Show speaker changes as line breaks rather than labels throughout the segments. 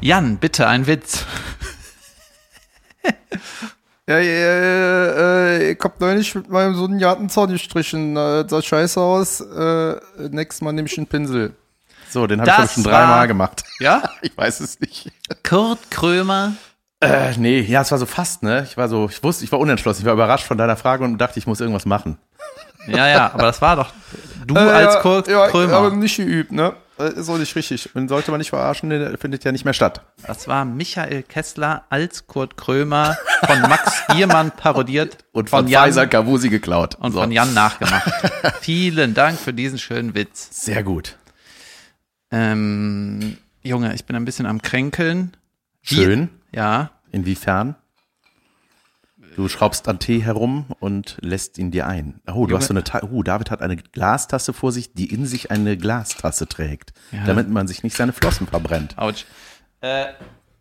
Jan, bitte ein Witz.
Ja, äh, äh, ich hab neulich mit meinem Sohn einen Gartenzaun gestrichen. Äh, sah scheiße aus. Äh, nächstes Mal nehme ich einen Pinsel. So, den habe
Das
ich glaub ich schon
war-
dreimal gemacht.
Ja?
Ich weiß es nicht.
Kurt Krömer.
Äh, nee, ja, es war so fast, ne? Ich war so, ich wusste, ich war unentschlossen. Ich war überrascht von deiner Frage und dachte, ich muss irgendwas machen.
Ja, ja, aber das war doch
Äh,
du als Kurt Krömer.
aber nicht geübt, ne? Ist auch nicht richtig. Man sollte man nicht verarschen, der findet ja nicht mehr statt.
das war Michael Kessler als Kurt Krömer von Max Giermann parodiert
Und von,
Jan
Pfizer Kawusi geklaut.
und von Jan nachgemacht. Vielen Dank für diesen schönen Witz.
Sehr gut.
Ähm, Junge, ich bin ein bisschen am Kränkeln. Wie-
Schön.
Ja,
Inwiefern? Du schraubst an Tee herum und lässt ihn dir ein. Oh, du hast so eine Ta Oh, David hat eine Glastasse vor sich, die in sich eine Glastasse trägt, damit man sich nicht seine Flossen verbrennt.
ouch. Äh,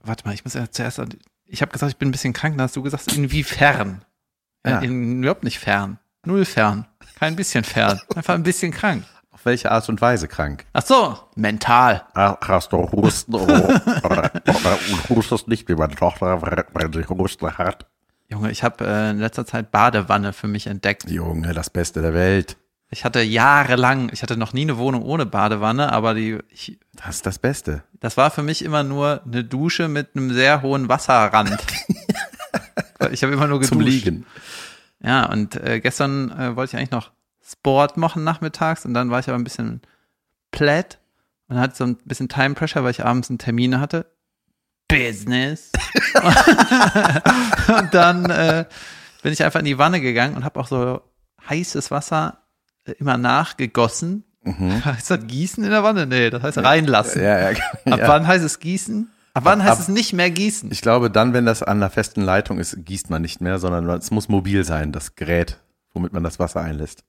warte mal, ich muss ja zuerst. an- Ich habe gesagt, ich bin ein bisschen krank. Dann hast du gesagt, inwiefern?
Ja.
Ja. In, überhaupt nicht fern. Null fern. Kein bisschen fern. Einfach ein bisschen krank.
Auf welche Art und Weise krank?
Ach so, mental.
Ach, hast du Husten? Oh, und hustest nicht wie meine Tochter, wenn sie Husten hat.
Junge, ich habe äh, in letzter Zeit Badewanne für mich entdeckt.
Junge, das Beste der Welt.
Ich hatte jahrelang, ich hatte noch nie eine Wohnung ohne Badewanne, aber die, ich,
Das ist das Beste.
Das war für mich immer nur eine Dusche mit einem sehr hohen Wasserrand. ich habe immer nur geduscht.
Zum Liegen.
Ja, und äh, gestern äh, wollte ich eigentlich noch Sport machen nachmittags und dann war ich aber ein bisschen platt und hatte so ein bisschen Time Pressure, weil ich abends einen Termin hatte. Business. und dann äh, bin ich einfach in die Wanne gegangen und habe auch so heißes Wasser äh, immer nachgegossen. Heißt das Gießen in der Wanne? Nee, das heißt reinlassen.
Mhm. Ja, ja.
Ab
ja.
wann heißt es gießen? Ab wann heißt
ab-
es nicht mehr gießen?
Ich glaube, dann, wenn das an einer festen Leitung ist, gießt man nicht mehr, sondern es muss mobil sein, das Gerät, womit man das Wasser einlässt.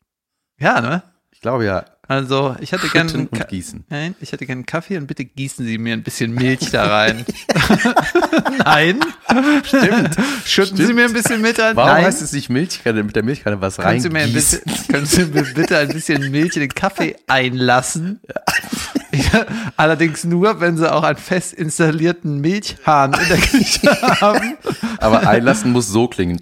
Ja, ne?
Ich glaube ja,
Also, ich hätte gerne
schütten
einen
und
Ka-
gießen.
Nein, ich hätte gerne einen Kaffee und bitte gießen Sie mir ein bisschen Milch da rein. Nein. Stimmt. Schütten Sie
Stimmt.
mir ein bisschen mit ein.
Warum
Nein.
heißt es nicht Milchkanne? Mit der Milchkanne was
können Sie, mir ein
reingießen?
bisschen, können Sie mir bitte ein bisschen Milch in den Kaffee einlassen? Ja, allerdings nur, wenn Sie auch einen fest installierten Milchhahn in der Küche haben.
Aber einlassen muss so klingen.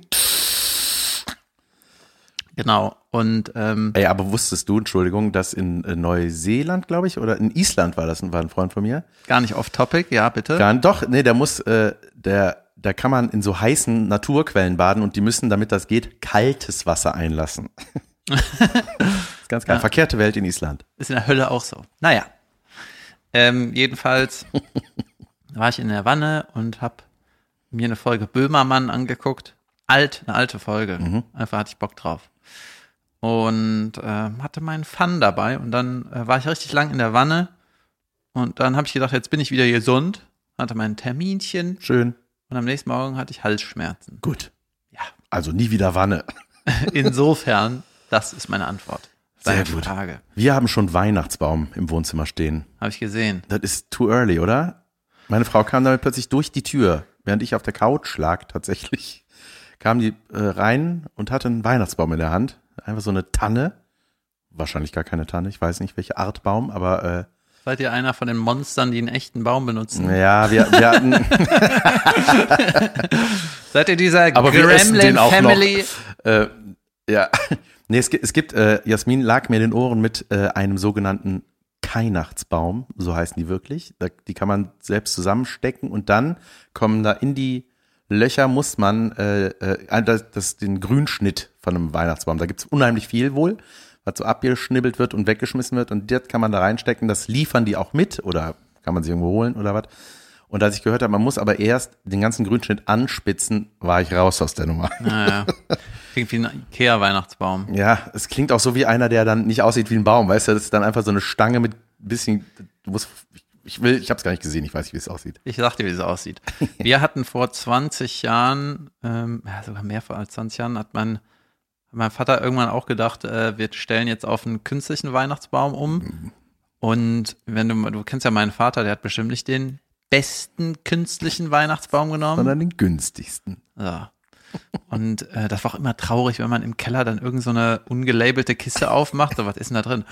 Genau. Und ähm,
Ey, aber wusstest du, Entschuldigung, dass in äh, Neuseeland, glaube ich, oder in Island war das, war ein Freund von mir.
gar nicht off-topic. Ja, bitte.
Gar, doch, nee, da muss, äh, der, da kann man in so heißen Naturquellen baden und die müssen, damit das geht, kaltes Wasser einlassen. ist ganz geil. Verkehrte Welt in Island.
Ist in der Hölle auch so. Naja. Ähm, jedenfalls war ich in der Wanne und habe mir eine Folge Böhmermann angeguckt. Alt, eine alte Folge.
Mhm.
Einfach hatte ich Bock drauf. Und ähm, hatte meinen Fun dabei. Und dann äh, war ich richtig lang in der Wanne. Und dann habe ich gedacht, jetzt bin ich wieder gesund. Hatte mein Terminchen.
Schön.
Und am nächsten Morgen hatte ich Halsschmerzen.
Gut.
Ja.
Also nie wieder Wanne.
Insofern, das ist meine Antwort. Deine
Sehr gut.
Frage.
Wir haben schon Weihnachtsbaum im Wohnzimmer stehen.
Habe ich gesehen.
Das ist too early, oder? Meine Frau kam damit plötzlich durch die Tür, während ich auf der Couch lag tatsächlich. Kam die äh, rein und hatte einen Weihnachtsbaum in der Hand. Einfach so eine Tanne. Wahrscheinlich gar keine Tanne, ich weiß nicht, welche Art Baum, aber
Seid ihr einer von den Monstern, die einen echten Baum
äh,
benutzen?
naja, wir, wir hatten.
Seid ihr dieser
Aber wir essen den
Gremlin
auch
Family?
Äh, ja. Nee, es gibt, es gibt äh, Jasmin lag mir in den Ohren mit äh, einem sogenannten Keinachtsbaum, so heißen die wirklich. Da, die kann man selbst zusammenstecken und dann kommen da in die Löcher muss man äh, äh, das, das, den Grünschnitt von einem Weihnachtsbaum. Da gibt's unheimlich viel wohl, was so abgeschnibbelt wird und weggeschmissen wird und das kann man da reinstecken. Das liefern die auch mit oder kann man sie irgendwo holen oder was. Und als ich gehört habe, man muss aber erst den ganzen Grünschnitt anspitzen, war ich raus aus der Nummer.
Naja. Klingt wie ein Ikea-Weihnachtsbaum.
Ja, es klingt auch so wie einer, der dann nicht aussieht wie ein Baum, weißt du, das ist dann einfach so eine Stange mit bisschen, du musst, ich- ich will, ich hab's gar nicht gesehen, ich weiß nicht, wie es aussieht.
Ich sag dir, wie es aussieht. Wir hatten vor 20 Jahren, ähm, ja, sogar mehr vor als 20 Jahren, hat mein, mein Vater irgendwann auch gedacht, äh, wir stellen jetzt auf einen künstlichen Weihnachtsbaum um. Und wenn du, mal- du kennst ja meinen Vater, der hat bestimmt nicht den besten künstlichen Weihnachtsbaum genommen.
Sondern den günstigsten.
Ja. Und äh, das war auch immer traurig, wenn man im Keller dann irgend so eine ungelabelte Kiste aufmacht. So, was ist denn da drin?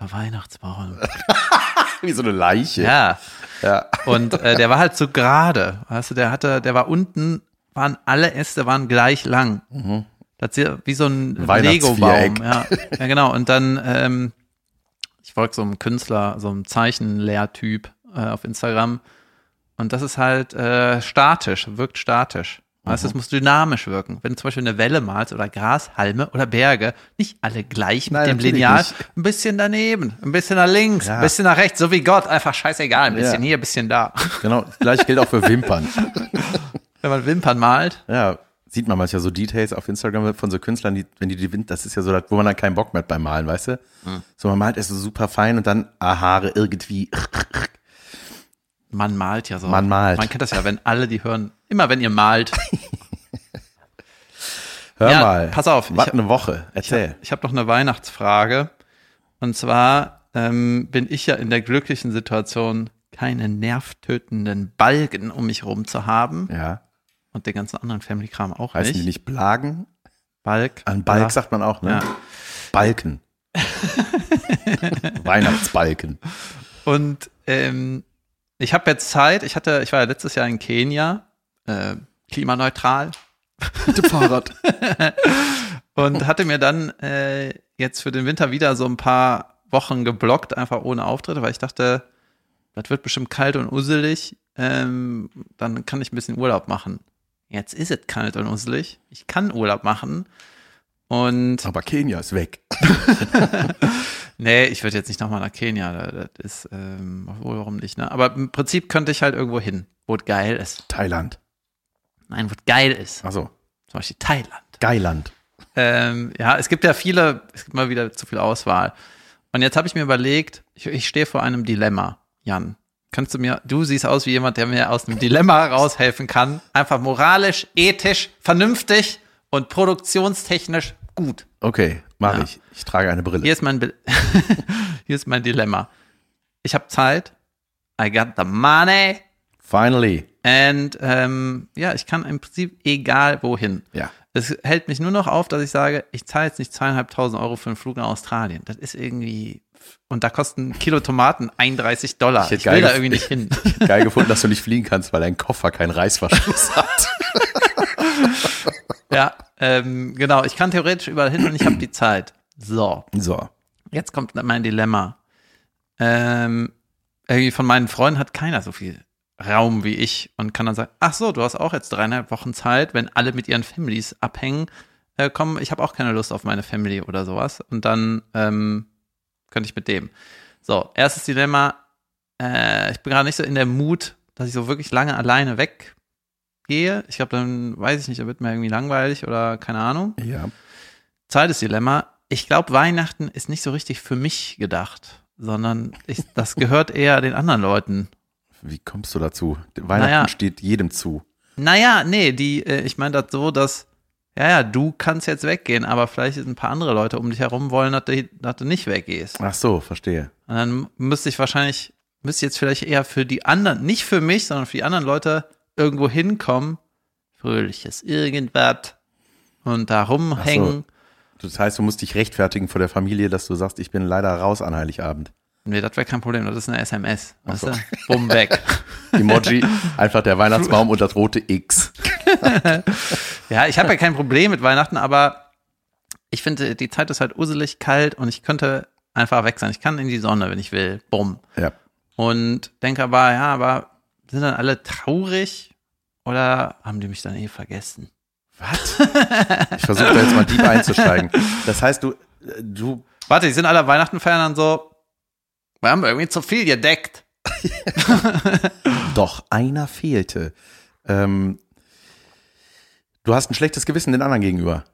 Der Weihnachtsbaum.
Wie so eine Leiche.
Ja. Und äh, der war halt so gerade. Weißt du, der hatte, der war unten, waren alle Äste waren gleich lang. Das ist ja wie so ein Lego-Baum.
Mhm. Weihnachtsviereck.
Ja. ja, genau. Und dann, ähm, ich folge so einem Künstler, so einem Zeichenlehrtyp äh, auf Instagram. Und das ist halt äh, statisch, wirkt statisch. Weißt
Mhm.
du, es muss dynamisch wirken. Wenn du zum Beispiel eine Welle malst oder Grashalme oder Berge, nicht alle gleich mit
Nein,
dem
natürlich
Lineal,
nicht.
ein bisschen daneben, ein bisschen nach links,
Ja.
ein bisschen nach rechts, so wie Gott, einfach scheißegal, ein bisschen
Ja.
hier, ein bisschen da.
Genau, gleich gilt auch für Wimpern.
Wenn man Wimpern malt,
Ja, sieht man manchmal so Details auf Instagram von so Künstlern, die, wenn die die Wind, das ist ja so, das, wo man dann keinen Bock mehr hat beim Malen, weißt du?
Hm.
So, man malt es so super fein und dann, ah, Haare irgendwie.
man malt ja so.
Man malt.
Man kennt das ja, wenn alle die hören, immer wenn ihr malt.
Hör
Ja,
mal.
pass auf, ich
Was
hab-
eine Woche. Erzähl.
Ich habe noch eine Weihnachtsfrage. Und zwar ähm, bin ich ja in der glücklichen Situation, keine nervtötenden Balgen um mich rum zu haben
ja.
und den ganzen anderen Family-Kram auch
Heißen
nicht.
die nicht Blagen?
Balg.
An Balk
Ja.
sagt man auch, ne?
Ja.
Balken. Weihnachtsbalken.
Und ähm, ich habe jetzt Zeit. Ich hatte, ich war ja letztes Jahr in Kenia, äh, klimaneutral.
Bitte Fahrrad.
Und hatte mir dann äh, jetzt für den Winter wieder so ein paar Wochen geblockt, einfach ohne Auftritte, weil ich dachte, das wird bestimmt kalt und usselig. Ähm, dann kann ich ein bisschen Urlaub machen. Jetzt ist es kalt und usselig. Ich kann Urlaub machen. Und
Aber Kenia ist weg.
nee, ich würde jetzt nicht nochmal nach Kenia. da- Das ist, ähm, obwohl, warum nicht, ne? Aber im Prinzip könnte ich halt irgendwo hin, wo es geil ist.
Thailand.
Nein, wo es geil ist.
Achso.
Zum Beispiel Thailand.
Geiland.
Ähm, ja, es gibt ja viele, es gibt mal wieder zu viel Auswahl. Und jetzt habe ich mir überlegt, ich, ich stehe vor einem Dilemma, Jan. Kannst du mir, du siehst aus wie jemand, der mir aus einem Dilemma raushelfen kann. Einfach moralisch, ethisch, vernünftig und produktionstechnisch gut.
Okay, mache
Ja.
ich. Ich trage eine Brille.
Hier ist mein, Be- hier ist mein Dilemma. Ich habe Zeit. I got the money.
Finally.
And ähm, ja, ich kann im Prinzip egal wohin.
Ja.
Es hält mich nur noch auf, dass ich sage, ich zahle jetzt nicht zweieinhalbtausend Euro für einen Flug nach Australien. Das ist irgendwie. Und da kosten ein Kilo Tomaten 31 Dollar.
Ich
Ich,
hätte
will
geil
da
gef-
irgendwie nicht hin.
Geil gefunden, dass du nicht fliegen kannst, weil dein Koffer keinen Reißverschluss hat.
ja, ähm, genau. Ich kann theoretisch überall hin und ich habe die Zeit. So,
So.
jetzt kommt mein Dilemma. Ähm, irgendwie von meinen Freunden hat keiner so viel Raum wie ich und kann dann sagen, ach so, du hast auch jetzt dreieinhalb Wochen Zeit, wenn alle mit ihren Families abhängen, äh, komm, ich habe auch keine Lust auf meine Family oder sowas. Und dann ähm, könnte ich mit dem. So, erstes Dilemma, äh, ich bin gerade nicht so in der Mut, dass ich so wirklich lange alleine weggehe. Ich glaube, dann weiß ich nicht, dann wird mir irgendwie langweilig oder keine Ahnung.
Ja.
Zweites Dilemma. Ich glaube, Weihnachten ist nicht so richtig für mich gedacht, sondern ich, das gehört eher den anderen Leuten.
Wie kommst du dazu? Weihnachten
Naja.
steht jedem zu.
Naja, nee, die, äh, ich meine das so, dass, ja, ja, du kannst jetzt weggehen, aber vielleicht ein paar andere Leute um dich herum wollen, dass du, dass du nicht weggehst.
Ach so, verstehe.
Und dann müsste ich wahrscheinlich, müsste ich jetzt vielleicht eher für die anderen, nicht für mich, sondern für die anderen Leute irgendwo hinkommen, fröhliches irgendwas und da rumhängen.
Das heißt, du musst dich rechtfertigen vor der Familie, dass du sagst, ich bin leider raus an Heiligabend.
Nee, das wäre kein Problem, das ist eine SMS. Weißt du? Bumm weg.
Emoji, einfach der Weihnachtsbaum und das rote X.
Ja, ich habe ja kein Problem mit Weihnachten, aber ich finde, die Zeit ist halt usselig kalt und ich könnte einfach weg sein. Ich kann in die Sonne, wenn ich will. Bumm.
Ja.
Und denke aber, ja, aber sind dann alle traurig oder haben die mich dann eh vergessen?
Was? Ich versuche da jetzt mal deep einzusteigen. Das heißt, du, äh, du,
Warte, die sind alle Weihnachten feiern dann so, wir haben irgendwie zu viel gedeckt.
doch, einer fehlte. Ähm, du hast ein schlechtes Gewissen den anderen gegenüber.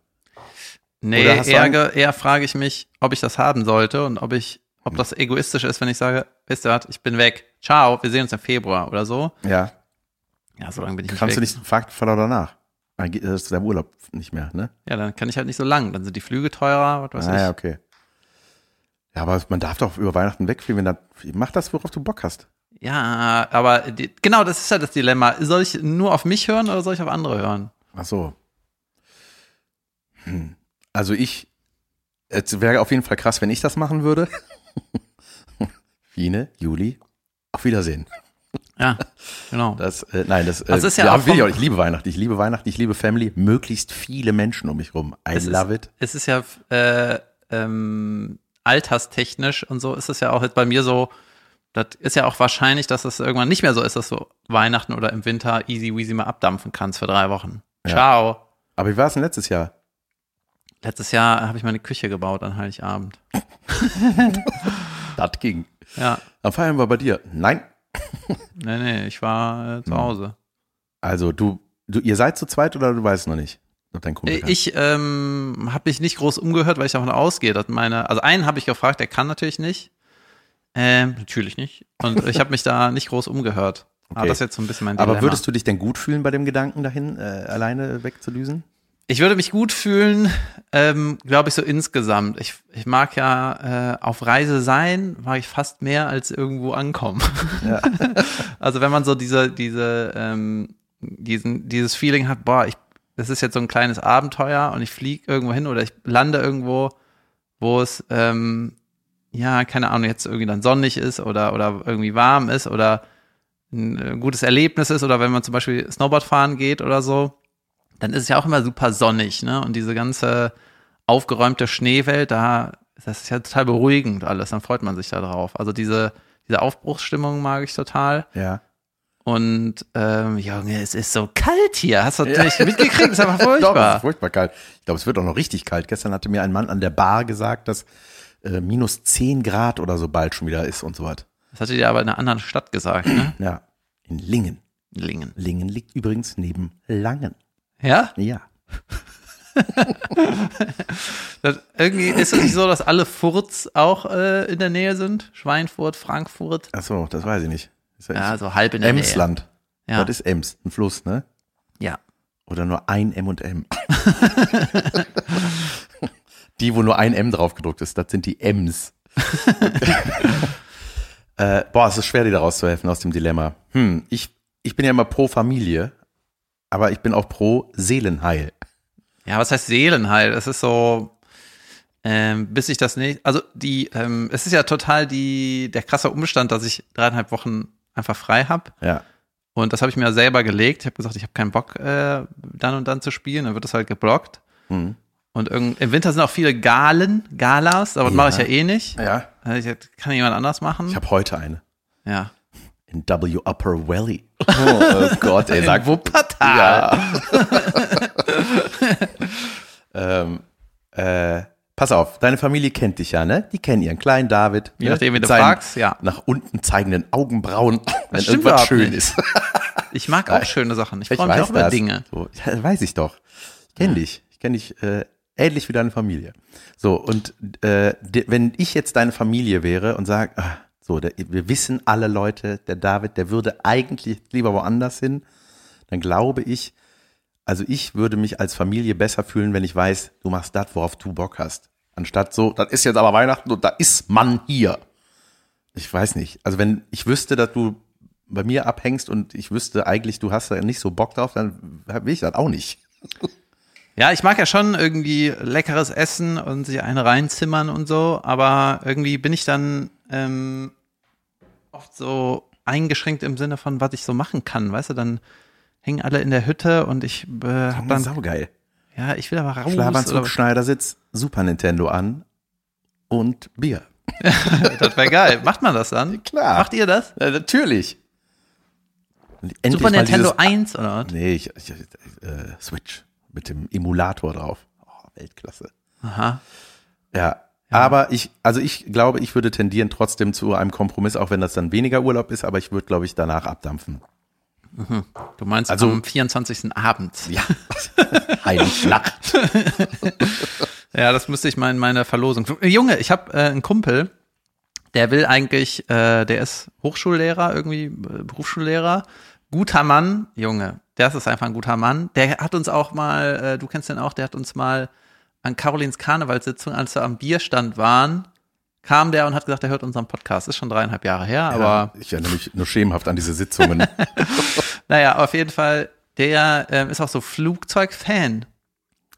Nee,
Oder hast du
eher,
ein-
ge- eher frage ich mich, ob ich das haben sollte und ob ich,
Hm.
ob das egoistisch ist, wenn ich sage, wisst ihr was, ich bin weg. Ciao, wir sehen uns im Februar oder so.
Ja.
Ja, so lange bin ich
Kannst du
weg.
nicht Fakt voller danach? Ah, geht- Das ist dein Urlaub nicht mehr, ne?
Ja, dann kann ich halt nicht so lang. Dann sind die Flüge teurer, was weiß
ah,
ich.
ja, okay. Ja, aber man darf doch über Weihnachten wegfliegen, wenn dann, mach das, worauf du Bock hast.
Ja, aber die, genau, das ist ja das Dilemma. Soll ich nur auf mich hören oder soll ich auf andere hören?
Ach so. Hm. Also ich, es wäre auf jeden Fall krass, wenn ich das machen würde. Ine, Juli, auf Wiedersehen.
Ja, genau.
Das, äh, nein, das, äh,
Das ist ja auch
will ich
vom-
auch. Ich liebe Weihnachten, ich liebe Weihnachten, ich liebe Family, möglichst viele Menschen um mich rum. I
Es ist-
love it.
es ist ja äh, ähm, alterstechnisch und so ist es ja auch jetzt bei mir so, das ist ja auch wahrscheinlich, dass es irgendwann nicht mehr so ist, dass du Weihnachten oder im Winter easy weasy mal abdampfen kannst für drei Wochen.
Ja.
Ciao.
Aber wie war es denn letztes Jahr?
Letztes Jahr habe ich meine Küche gebaut an Heiligabend.
Das ging.
Ja,
Am Feiern war bei dir. Nein.
nee, nee, ich war äh, zu
Hm.
Hause.
Also du, du, ihr seid zu zweit oder du weißt noch nicht, ob dein Kumpel
Äh,
kann?
Ich ähm, habe mich nicht groß umgehört, weil ich davon ausgehe, dass meine, also einen habe ich gefragt, der kann natürlich nicht. Ähm, natürlich nicht. Und ich habe mich da nicht groß umgehört. Aber
Okay.
das ist jetzt so ein bisschen mein Dilemma.
Aber würdest du dich denn gut fühlen bei dem Gedanken dahin, äh, alleine wegzulüsen?
Ich würde mich gut fühlen, ähm, glaube ich, so insgesamt. Ich, ich mag ja äh, auf Reise sein, mag ich fast mehr als irgendwo ankommen.
Ja.
also wenn man so diese, diese, ähm, diesen, dieses Feeling hat, boah, ich, das ist jetzt so ein kleines Abenteuer und ich fliege irgendwo hin oder ich lande irgendwo, wo es, ähm, ja, keine Ahnung, jetzt irgendwie dann sonnig ist oder, oder irgendwie warm ist oder ein äh, gutes Erlebnis ist oder wenn man zum Beispiel Snowboard fahren geht oder so, dann ist es ja auch immer super sonnig, ne? Und diese ganze aufgeräumte Schneewelt, da, das ist ja total beruhigend alles, dann freut man sich da drauf. Also diese, diese Aufbruchsstimmung mag ich total.
Ja.
Und ähm, Junge, es ist so kalt hier. Hast du das nicht mitgekriegt? Das ist einfach furchtbar.
Doch, furchtbar kalt. Ich glaube, es wird auch noch richtig kalt. Gestern hatte mir ein Mann an der Bar gesagt, dass äh, minus 10 Grad oder so bald schon wieder ist und so was.
Das hatte dir aber in einer anderen Stadt gesagt, ne?
Ja. In Lingen.
Lingen.
Lingen liegt übrigens neben Langen.
Ja?
Ja.
Das, irgendwie ist es nicht so, dass alle Furz auch äh, in der Nähe sind. Schweinfurt, Frankfurt.
Achso, das weiß ich nicht. Ist ja
Ja, so halb in der Nähe.
Emsland.
Ja.
Das ist Ems, ein Fluss, ne?
Ja.
Oder nur ein M und M. die, wo nur ein M draufgedruckt ist, das sind die Ms. äh, boah, es ist schwer, dir da rauszuhelfen aus dem Dilemma. Hm, ich, ich bin ja immer pro Familie, aber ich bin auch pro Seelenheil.
Ja, was heißt Seelenheil? Es ist so, ähm, bis ich das nicht. Also die, ähm, es ist ja total die der krasse Umstand, dass ich dreieinhalb Wochen einfach frei habe.
Ja.
Und das habe ich mir selber gelegt. Ich habe gesagt, ich habe keinen Bock, äh, dann und dann zu spielen. Dann wird das halt geblockt.
Hm.
Und irgend, im Winter sind auch viele Galen, Galas, aber das
Ja.
mache ich ja eh nicht.
Ja.
Äh, Ich, das kann jemand anders machen.
Ich habe heute eine.
ja.
In W Upper Valley. Oh, oh Gott, ey, sag,
In Wuppertal.
Ja. ähm, äh, pass auf, deine Familie kennt dich ja, ne? Die kennen ihren kleinen David.
Je
ne?
nachdem, wen
Mit
du
seinen
fragst, ja.
Nach unten zeigenden Augenbrauen, wenn
stimmt
irgendwas
überhaupt
schön
nicht.
ist.
Ich mag auch schöne Sachen. Ich freue mich
weiß
auch über
das.
Dinge.
So, ja, weiß ich doch. Ich kenne dich. Ich kenne dich äh, ähnlich wie deine Familie. So, und äh, de, wenn ich jetzt deine Familie wäre und sage, so, der, wir wissen alle Leute, der David, der würde eigentlich lieber woanders hin, dann glaube ich, also ich würde mich als Familie besser fühlen, wenn ich weiß, du machst das, worauf du Bock hast. Anstatt so, das ist jetzt aber Weihnachten und da ist man hier. Ich weiß nicht. Also wenn ich wüsste, dass du bei mir abhängst und ich wüsste eigentlich, du hast da nicht so Bock drauf, dann will ich das auch nicht.
Ja, ich mag ja schon irgendwie leckeres Essen und sich eine reinzimmern und so, aber irgendwie bin ich dann ähm, oft so eingeschränkt im Sinne von, was ich so machen kann, weißt du, dann hängen alle in der Hütte und ich äh, hab
Dann
dann,
saugeil.
ja, ich will aber raus.
Schlafanzug,
oder-
Schneidersitz, Super Nintendo an und Bier.
Das wäre geil. Macht man das dann?
Klar.
Macht ihr das?
Äh, natürlich. Endlich
Super
mal
Nintendo
dieses-
1 oder was?
Nee, ich, ich, äh, Switch mit dem Emulator drauf. Oh, Weltklasse.
Aha.
Ja. Aber ich, also ich glaube, ich würde tendieren trotzdem zu einem Kompromiss, auch wenn das dann weniger Urlaub ist, aber ich würde, glaube ich, danach abdampfen.
Du meinst
Also-
am 24. Abend.
Ja. Heilignacht.
Ja, das müsste ich mal in meine Verlosung. Äh, Junge, ich habe äh, einen Kumpel, der will eigentlich, äh, der ist Hochschullehrer, irgendwie äh, Berufsschullehrer. Guter Mann, Junge, das ist einfach ein guter Mann. Der hat uns auch mal, äh, du kennst den auch, der hat uns mal an Carolins Karnevalssitzung, als wir am Bierstand waren, kam der und hat gesagt, er hört unseren Podcast. Ist schon dreieinhalb Jahre her, aber
Aber ich erinnere mich nur schemenhaft an diese Sitzungen.
äh, naja, auf jeden Fall, der ähm, ist auch so Flugzeugfan.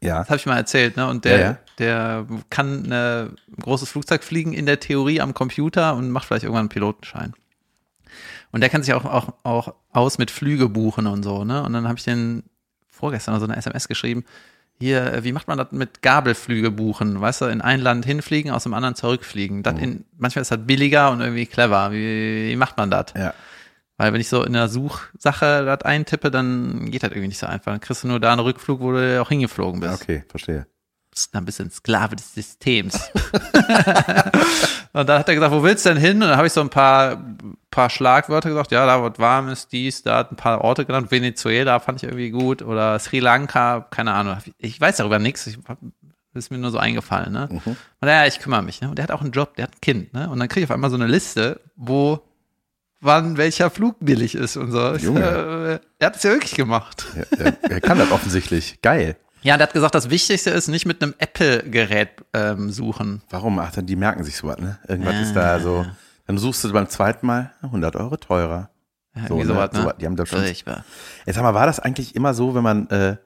Ja.
Das habe ich mal erzählt, ne? Und der,
Ja, ja.
der kann äh, ein großes Flugzeug fliegen in der Theorie am Computer und macht vielleicht irgendwann einen Pilotenschein. Und der kennt sich auch, auch, auch aus mit Flüge buchen und so, ne? Und dann habe ich den vorgestern so eine SMS geschrieben. Hier, äh, wie macht man das mit Gabelflüge buchen? Weißt du, in ein Land hinfliegen, aus dem anderen zurückfliegen.
Mhm.
Das in, manchmal ist das billiger und irgendwie clever. Wie, wie macht man das?
Ja.
Weil wenn ich so in der Suchsache das eintippe, dann geht das irgendwie nicht so einfach. Dann kriegst du nur da einen Rückflug, wo du auch hingeflogen bist.
Okay, verstehe.
Bist dann ein bisschen Sklave des Systems. und dann hat er gesagt, wo willst du denn hin? Und dann habe ich so ein paar, paar Schlagwörter gesagt, ja, da wird warm ist, dies, da hat ein paar Orte genannt. Venezuela fand ich irgendwie gut oder Sri Lanka, keine Ahnung. Ich weiß darüber nichts. Ich hab- ist mir nur so eingefallen, ne?
Mhm.
Und ja, ich kümmere mich, ne? Und der hat auch einen Job, der hat ein Kind, ne? Und dann kriege ich auf einmal so eine Liste, wo wann welcher Flug billig ist und so. Ich,
Junge.
äh, er hat es ja wirklich gemacht.
Er, er, er kann das offensichtlich. Geil.
Ja, der hat gesagt, das Wichtigste ist, nicht mit einem Apple-Gerät ähm, suchen.
Warum? Ach, dann die merken sich sowas, ne? Irgendwas
Ja,
ist da so. Dann suchst du beim zweiten Mal 100 Euro teurer.
Ja,
So,
irgendwie
ne?
sowas, ne?
Sowas, die haben da schon-
Furchtbar.
Jetzt sag mal, war das eigentlich immer so, wenn man äh,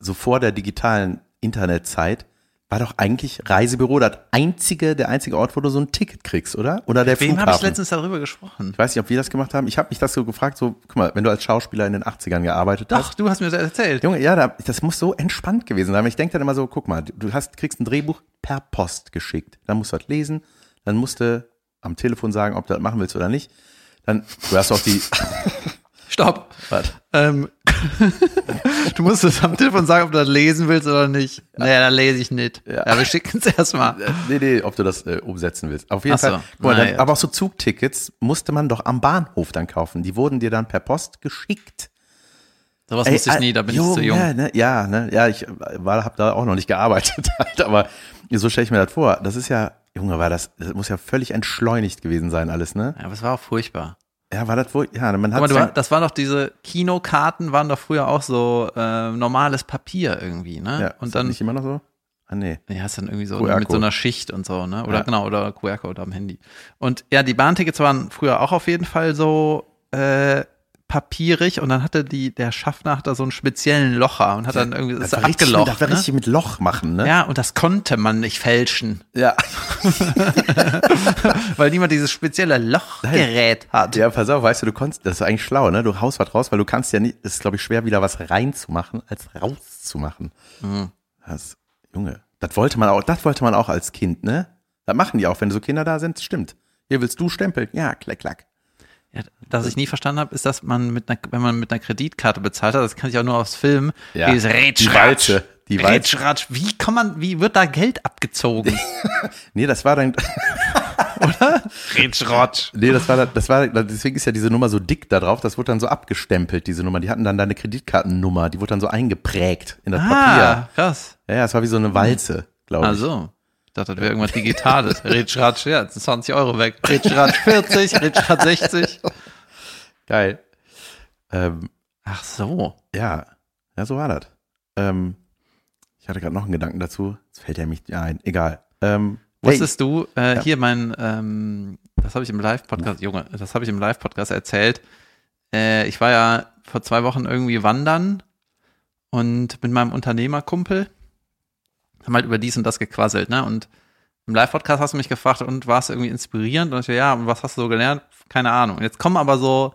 so vor der digitalen Internetzeit war doch eigentlich Reisebüro das einzige, der einzige Ort, wo du so ein Ticket kriegst, oder? Oder der
Wem
Flughafen.
habe ich letztens darüber gesprochen?
ich weiß nicht, ob wir das gemacht haben. Ich habe mich das so gefragt, so, guck mal, wenn du als Schauspieler in den 80ern gearbeitet hast.
Doch, du hast mir das erzählt.
Junge, ja, da, das muss so entspannt gewesen sein. Aber Ich denke dann immer so, guck mal, du hast, kriegst ein Drehbuch per Post geschickt. Dann musst du das lesen, dann musst du am Telefon sagen, ob du das machen willst oder nicht. Dann, du hast auch die,
Stopp.
Was?
Ähm, du musst es am Telefon sagen, ob du das lesen willst oder nicht. Naja, dann lese ich nicht. Ja, wir schicken es erstmal.
Äh, nee, nee, ob du das äh, umsetzen willst. Auf jeden
Ach so.
Fall. Guck mal,
Na
dann,
ja.
aber auch so Zugtickets musste man doch am Bahnhof dann kaufen. Die wurden dir dann per Post geschickt.
Sowas
Ey,
wusste ich
Al-
nie, da bin
Junge,
ich zu jung.
Ne? Ja, ne? ja, ich war, hab da auch noch nicht gearbeitet, halt, aber so stelle ich mir das vor. Das ist ja, Junge, war das, das muss ja völlig entschleunigt gewesen sein, alles, ne?
Ja, aber es war auch furchtbar.
Ja, war das wohl, ja, man hat.
Guck mal, du, das waren doch diese Kinokarten, waren doch früher auch so äh, normales Papier irgendwie, ne?
ja,
und dann
Nicht immer noch so? Ah, nee.
Ja, hast dann irgendwie so
QR-Code.
mit so einer Schicht und so, ne? Oder
Ja.
genau, oder QR-Code am Handy. Und ja, die Bahntickets waren früher auch auf jeden Fall so äh, papierig und dann hatte die, der Schaffner hat da so einen speziellen Locher und hat dann irgendwie das ist
war richtig, mit-
abgelocht.
das war
Ne?
richtig mit Loch machen, ne?
Ja, und das konnte man nicht fälschen,
ja.
weil niemand dieses spezielle Lochgerät hat.
Ja, pass auf, weißt du, du konntest, das ist eigentlich schlau, ne? Du haust was raus, weil du kannst ja nicht, es ist, glaube ich, schwer, wieder was reinzumachen, als rauszumachen. Das, Junge, das wollte man auch, das wollte man auch als Kind, ne? Das machen die auch, wenn so Kinder da sind, stimmt. Hier willst du stempeln? Ja, klack, klack.
Ja, das ich nie verstanden habe, ist, dass man mit einer, wenn man mit einer Kreditkarte bezahlt hat, das kann ich auch nur aufs Film,
Ja.
dieses
Die
Rätschratsch.
Walze. Die Walze.
Rätschratsch. Wie kann man, wie wird da Geld abgezogen?
Nee, das war dann,
Rätschratsch.
nee, das war, dann- das war, dann- deswegen ist ja diese Nummer so dick da drauf, das wurde dann so abgestempelt, diese Nummer. Die hatten dann deine Kreditkartennummer, die wurde dann so eingeprägt in das
Ah, Also?
Papier.
krass.
Ja, ja, es war wie so eine Walze, glaube ich.
Ach so. Ich dachte, das wäre irgendwas Digitales. Ritsch, Ratsch, ja, jetzt sind 20 Euro weg. Ritsch, Ratsch 40, Ritsch, Ratsch 60.
Geil. Ähm,
Ach so.
Ja, ja, so war das. Ähm, ich hatte gerade noch einen Gedanken dazu. Jetzt fällt er mich ein. Egal. Ähm, hey,
Wusstest du, äh, hier mein, ähm, das habe ich im Live-Podcast, Junge, das habe ich im Live-Podcast erzählt. Äh, ich war ja vor zwei Wochen irgendwie wandern und mit meinem Unternehmerkumpel haben halt über dies und das gequasselt, ne? Und im Live-Podcast hast du mich gefragt, und war es irgendwie inspirierend? Und ich so, ja, und was hast du so gelernt? Keine Ahnung. Und jetzt kommen aber so,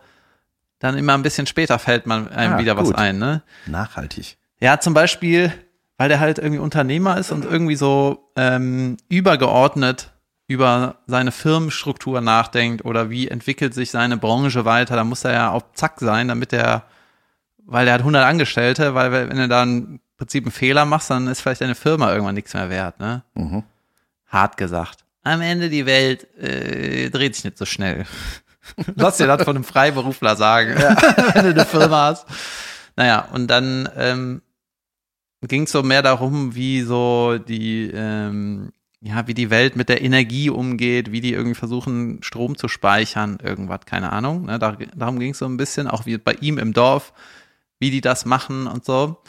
dann immer ein bisschen später fällt man einem
Ah,
wieder was
gut.
ein, ne?
nachhaltig.
Ja, zum Beispiel, weil der halt irgendwie Unternehmer ist und irgendwie so ähm, übergeordnet über seine Firmenstruktur nachdenkt oder wie entwickelt sich seine Branche weiter. Da muss er ja auf Zack sein, damit der, weil der hat 100 Angestellte, weil wenn du da im Prinzip einen Fehler machst, dann ist vielleicht deine Firma irgendwann nichts mehr wert. Ne?
Mhm.
Hart gesagt. Am Ende die Welt äh, dreht sich nicht so schnell. Lass dir das von einem Freiberufler sagen, wenn du eine Firma hast. Naja, und dann ähm, ging es so mehr darum, wie so die, ähm, ja, wie die Welt mit der Energie umgeht, wie die irgendwie versuchen, Strom zu speichern, irgendwas, keine Ahnung. Ne? Dar darum ging es so ein bisschen, auch wie bei ihm im Dorf, wie die das machen und so.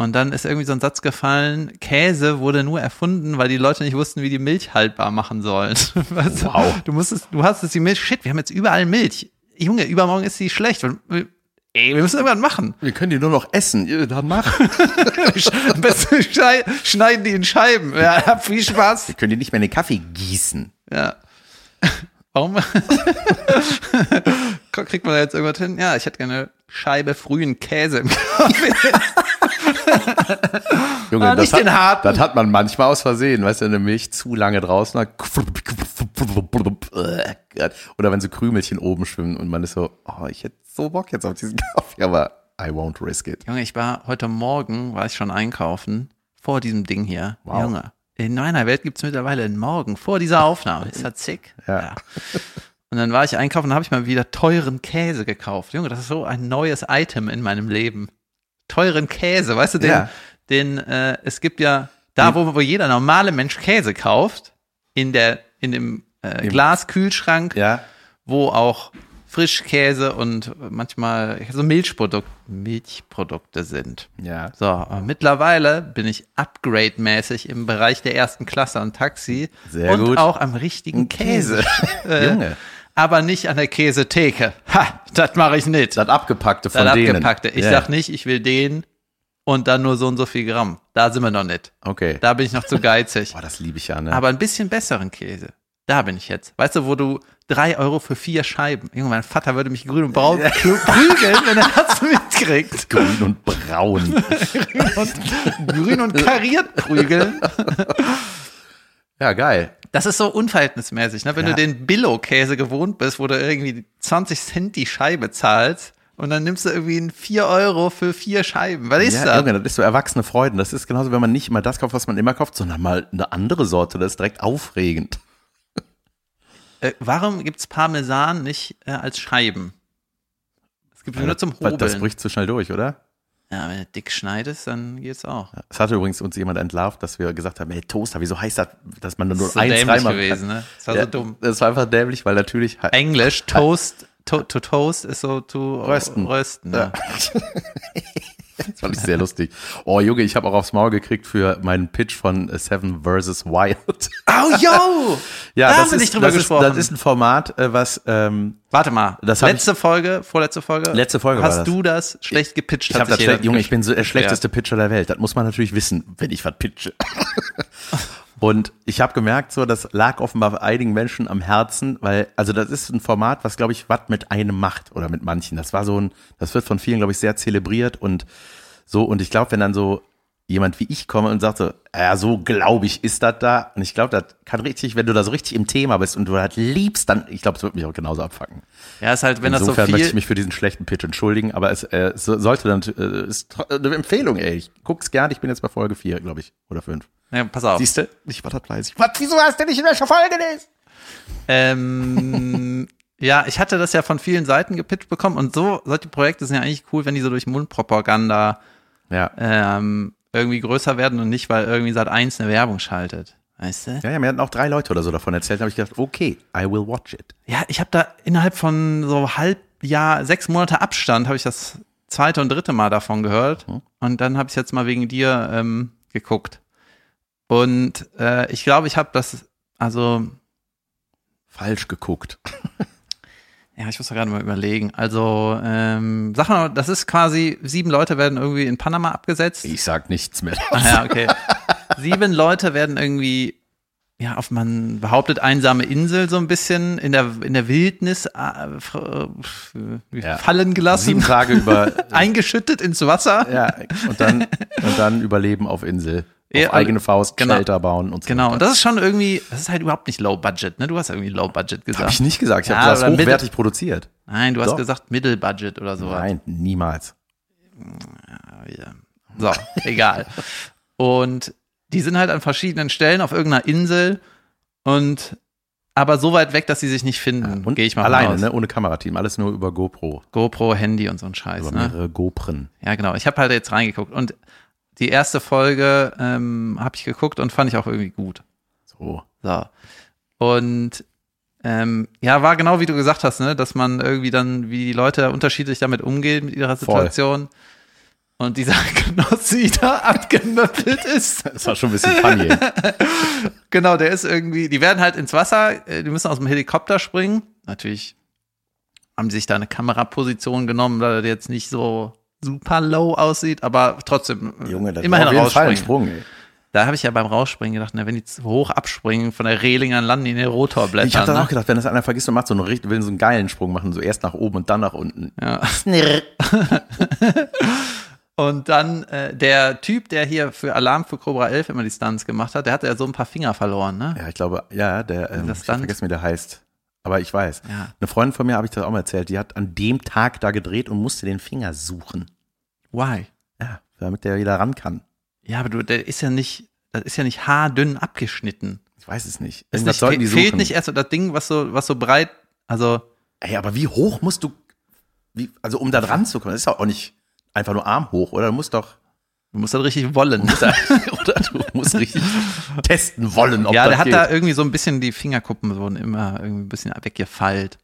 Und dann ist irgendwie so ein Satz gefallen, Käse wurde nur erfunden, weil die Leute nicht wussten, wie die Milch haltbar machen sollen. Weißt du?
Wow.
Du musstest, du hast jetzt die Milch, shit, wir haben jetzt überall Milch. Junge, übermorgen ist sie schlecht. ey, wir müssen irgendwas machen.
Wir können die nur noch essen. Ja, Dann mach. Wir
Am besten schnei- schneiden die in Scheiben. Ja, hab viel Spaß.
können die nicht mehr in den Kaffee gießen.
Ja. Warum kriegt man da jetzt irgendwas hin? Ja, ich hätte gerne eine Scheibe frühen Käse im Kaffee.
Junge,
Ah, nicht
das,
den
hat,
harten.
das hat man manchmal aus Versehen, weißt du, wenn eine Milch zu lange draußen lag. Oder wenn so Krümelchen oben schwimmen und man ist so, oh, ich hätte so Bock jetzt auf diesen Kaffee, aber I won't risk it.
Junge, ich war heute Morgen, war ich schon einkaufen, vor diesem Ding hier.
Wow.
Junge, in meiner Welt gibt's mittlerweile einen Morgen, vor dieser Aufnahme. Ist das sick?
Ja.
Und dann war ich einkaufen, dann habe ich mal wieder teuren Käse gekauft. Junge, das ist so ein neues Item in meinem Leben. Teuren Käse, weißt du, den,
Ja.
den äh, es gibt ja, da wo, wo jeder normale Mensch Käse kauft, in der, in dem äh,
Im-
Glaskühlschrank,
Ja,
wo auch Frischkäse und manchmal so Milchprodukt, Milchprodukte sind.
ja.
So, aber mittlerweile bin ich upgrade-mäßig im Bereich der ersten Klasse am Taxi
Sehr
und
gut.
auch am richtigen Käse. Äh,
Junge.
Aber nicht an der Käsetheke. Ha, das mache ich nicht. Das
Das abgepackte von denen.
abgepackte. Ich
Ja.
sag nicht, ich will den und dann nur so und so viel Gramm. Da sind wir noch nicht.
Okay.
Da bin ich noch zu geizig.
Boah, das liebe ich ja, ne?
Aber ein bisschen besseren Käse. Da bin ich jetzt. Weißt du, wo du drei Euro für vier Scheiben. Irgendwann, mein Vater würde mich grün und braun klü- prügeln, wenn er das mitkriegt.
grün und braun.
Grün und kariert prügeln.
ja, geil.
Das ist so unverhältnismäßig, ne? Wenn
Ja.
du den Billo-Käse gewohnt bist, wo du irgendwie 20 Cent die Scheibe zahlst und dann nimmst du irgendwie einen 4 Euro für vier Scheiben. Was ist
Ja,
das?
Junge, das ist so erwachsene Freuden. Das ist genauso, wenn man nicht immer das kauft, was man immer kauft, sondern mal eine andere Sorte. Das ist direkt aufregend.
Äh, warum gibt's Parmesan nicht äh, als Scheiben? Es gibt nur zum
Weil
Hobeln.
Das bricht zu schnell durch, oder?
ja, wenn du dick schneidest, dann geht's auch.
Es hatte übrigens uns jemand entlarvt, dass wir gesagt haben, hey, Toaster, wieso heißt das, dass man da nur
Das ist so
eins
dämlich
reinmacht?
gewesen, ne? Das war
Ja,
so dumm.
Das war einfach dämlich, weil natürlich halt-
Englisch, Toast, to, to Toast ist so to
Rösten.
rösten ne?
Ja.
ja.
Das fand ich sehr lustig. Oh, Junge, ich habe auch aufs Maul gekriegt für meinen Pitch von äh, Seven vs. Wild.
Oh, yo! da
Ja, das
haben wir
ist-
nicht drüber
das
gesprochen.
Ist, das ist ein Format, äh, was ähm,
Warte mal,
Das hab
letzte Folge, vorletzte Folge.
Letzte Folge
Hast
war das.
du das schlecht gepitcht?
ich habe das
jeder
schlecht, Junge, ich bin so der
beschwert.
schlechteste Pitcher der Welt. Das muss man natürlich wissen, wenn ich was pitche. Und ich habe gemerkt, so das lag offenbar einigen Menschen am Herzen, weil also das ist ein Format, was glaube ich was mit einem macht oder mit manchen. Das war so ein, das wird von vielen glaube ich sehr zelebriert und so und ich glaube, wenn dann so jemand wie ich komme und sagt so, ja so glaube ich ist das da und ich glaube, das kann richtig, wenn du da so richtig im Thema bist und du das liebst, dann ich glaube, es wird mich auch genauso abfacken.
Ja, ist halt, wenn das so
Insofern
viel.
möchte ich mich für diesen schlechten Pitch entschuldigen, aber es äh, so- sollte dann, äh, ist tro- eine Empfehlung, ey. Ich guck's gern, ich bin jetzt bei Folge 4, glaube ich, oder 5.
ja, pass auf.
Siehste? Ich war das fleißig. Was, wieso hast du nicht in welcher Folge gelesen?
Ähm, ja, ich hatte das ja von vielen Seiten gepitcht bekommen und so, solche Projekte sind ja eigentlich cool, wenn die so durch Mundpropaganda
Ja.
ähm, irgendwie größer werden und nicht, weil irgendwie seit eins eine Werbung schaltet. Weißt du?
Ja, ja, mir hatten auch drei Leute oder so davon erzählt, da habe ich gedacht, okay, I will watch it.
Ja, ich habe da innerhalb von so halb Jahr, sechs Monate Abstand, habe ich das zweite und dritte Mal davon gehört.
Mhm.
Und dann habe ich jetzt mal wegen dir ähm, geguckt. Und äh, ich glaube, ich habe das, also,
Falsch geguckt.
ja, ich muss da gerade mal überlegen. Also, ähm, sag mal, das ist quasi, sieben Leute werden irgendwie in Panama abgesetzt.
Ich sag nichts mehr.
Ah, ja, okay. Sieben Leute werden irgendwie, ja, auf man behauptet, einsame Insel so ein bisschen in der, in der Wildnis äh, f- äh,
Ja.
fallen
Sieben
gelassen,
Tage über,
eingeschüttet ins Wasser.
ja, und dann, und dann überleben auf Insel. Auf
Ja,
eigene Faust,
genau.
Shelter bauen und so.
Genau, und
weiter.
das ist schon irgendwie, das ist halt überhaupt nicht Low Budget, ne? Du hast irgendwie Low Budget
Hab
gesagt.
ich nicht gesagt, ich
Ja,
habe das
aber mit-
hochwertig produziert.
Nein, du hast
Doch.
gesagt Middle Budget oder sowas.
Nein, niemals.
Ja. So, egal. Und die sind halt an verschiedenen Stellen auf irgendeiner Insel und aber so weit weg, dass sie sich nicht finden,
Und
gehe Mhm. ich mal von
alleine,
aus.
ne? ohne Kamerateam, alles nur über GoPro,
GoPro, Handy und so ein Scheiß.
über
Ne?
mehrere GoPren.
Ja, genau. Ich habe halt jetzt reingeguckt und die erste Folge ähm, habe ich geguckt und fand ich auch irgendwie gut.
So.
So. Und ähm, ja, war genau wie du gesagt hast, ne, dass man irgendwie dann, wie die Leute unterschiedlich damit umgehen mit ihrer
Voll.
Situation. Und dieser Knossi da abgemöppelt ist.
Das war schon ein bisschen funny.
Genau, der ist irgendwie, die werden halt ins Wasser, äh, die müssen aus dem Helikopter springen. Natürlich haben sich da eine Kameraposition genommen, da der jetzt nicht so super low aussieht, aber trotzdem äh,
Junge, das
immerhin
war auf jeden Fall ein
rausspringen.
Sprung. Ey.
Da habe ich ja beim Rausspringen gedacht, na, wenn die zu hoch abspringen von der Reling, dann landen die in den Rotorblättern.
Ich habe dann
ne?
auch gedacht, wenn das einer vergisst und macht so einen richtig, will so einen geilen Sprung machen, so erst nach oben und dann nach unten.
Ja. Und dann äh, der Typ, der hier für Alarm für Cobra 11 immer die Stunts gemacht hat, der hatte ja so ein paar Finger verloren, ne?
Ja, ich glaube, ja, der, ähm,
Das
ich hab
Stunt?
vergessen, wie der heißt. Aber ich weiß.
Ja.
Eine Freundin von mir habe ich das auch mal erzählt, die hat an dem Tag da gedreht und musste den Finger suchen.
Why?
Ja, damit der wieder ran kann.
Ja, aber du, der ist ja nicht, das ist ja nicht haardünn abgeschnitten.
Ich weiß es nicht.
Ist
Irgendwas
nicht,
sollten die
fe- fehlt
suchen.
nicht erst so das Ding, was so, was so breit, also
Ey, aber wie hoch musst du, wie, also um da dran zu kommen, das ist doch auch nicht einfach nur Arm hoch, oder? Du musst doch,
du musst das richtig wollen.
oder du musst richtig testen wollen, ob
ja,
das
der hat
geht.
da irgendwie so ein bisschen, die Fingerkuppen wurden immer irgendwie ein bisschen weggefeilt.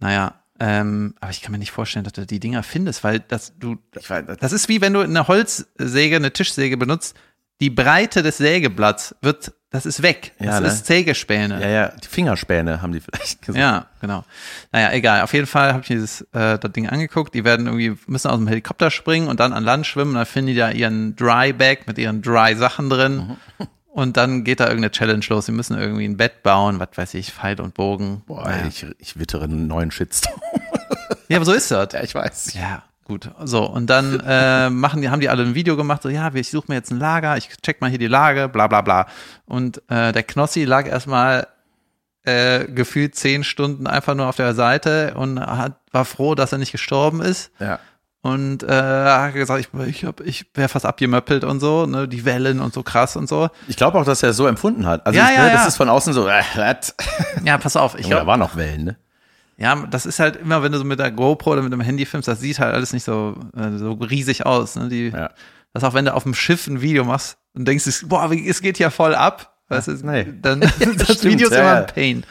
Naja, ähm, aber ich kann mir nicht vorstellen, dass du die Dinger findest, weil das, du,
ich weiß, das,
Das ist wie wenn du eine Holzsäge, eine Tischsäge benutzt, die Breite des Sägeblatts wird, das ist weg.
Ja,
das
ne?
ist Sägespäne.
ja, ja, die Fingerspäne haben die vielleicht gesagt.
Ja, genau. Naja, egal. Auf jeden Fall habe ich dieses äh, das Ding angeguckt. Die werden irgendwie, müssen aus dem Helikopter springen und dann an Land schwimmen. Und dann finden die da ihren Dry Bag mit ihren Dry Sachen drin.
Mhm.
Und dann geht da irgendeine Challenge los. Sie müssen irgendwie ein Bett bauen, was weiß ich, Pfeil und Bogen.
Boah,
Naja.
ey, ich, ich wittere einen neuen Shitstorm.
Ja, aber so ist das.
Ja, ich weiß.
Ja, gut. So, und dann äh, machen die, haben die alle ein Video gemacht, so, ja, wir- ich suche mir jetzt ein Lager, ich check mal hier die Lage, bla bla bla. Und äh, der Knossi lag erstmal äh, gefühlt zehn Stunden einfach nur auf der Seite und hat, war froh, dass er nicht gestorben ist.
Ja.
Und äh, hat gesagt, ich, ich, hab- ich wäre fast abgemöppelt und so, ne, die Wellen und so krass und so.
Ich glaube auch, dass er es so empfunden hat. Also
Ja,
ich,
ja,
ne, das
ja.
ist von außen so, äh, what?
Ja, pass auf, ich
Junge, da
glaube,
waren noch Wellen, ne?
ja, das ist halt immer, wenn du so mit der GoPro oder mit dem Handy filmst, das sieht halt alles nicht so, äh, so riesig aus. Ne? Die,
Ja.
dass auch wenn du auf dem Schiff ein Video machst und denkst, es- boah, wie- es geht ja voll ab, weißt du,
nee.
dann das
stimmt,
Video ist
ja,
immer
ja.
ein Pain.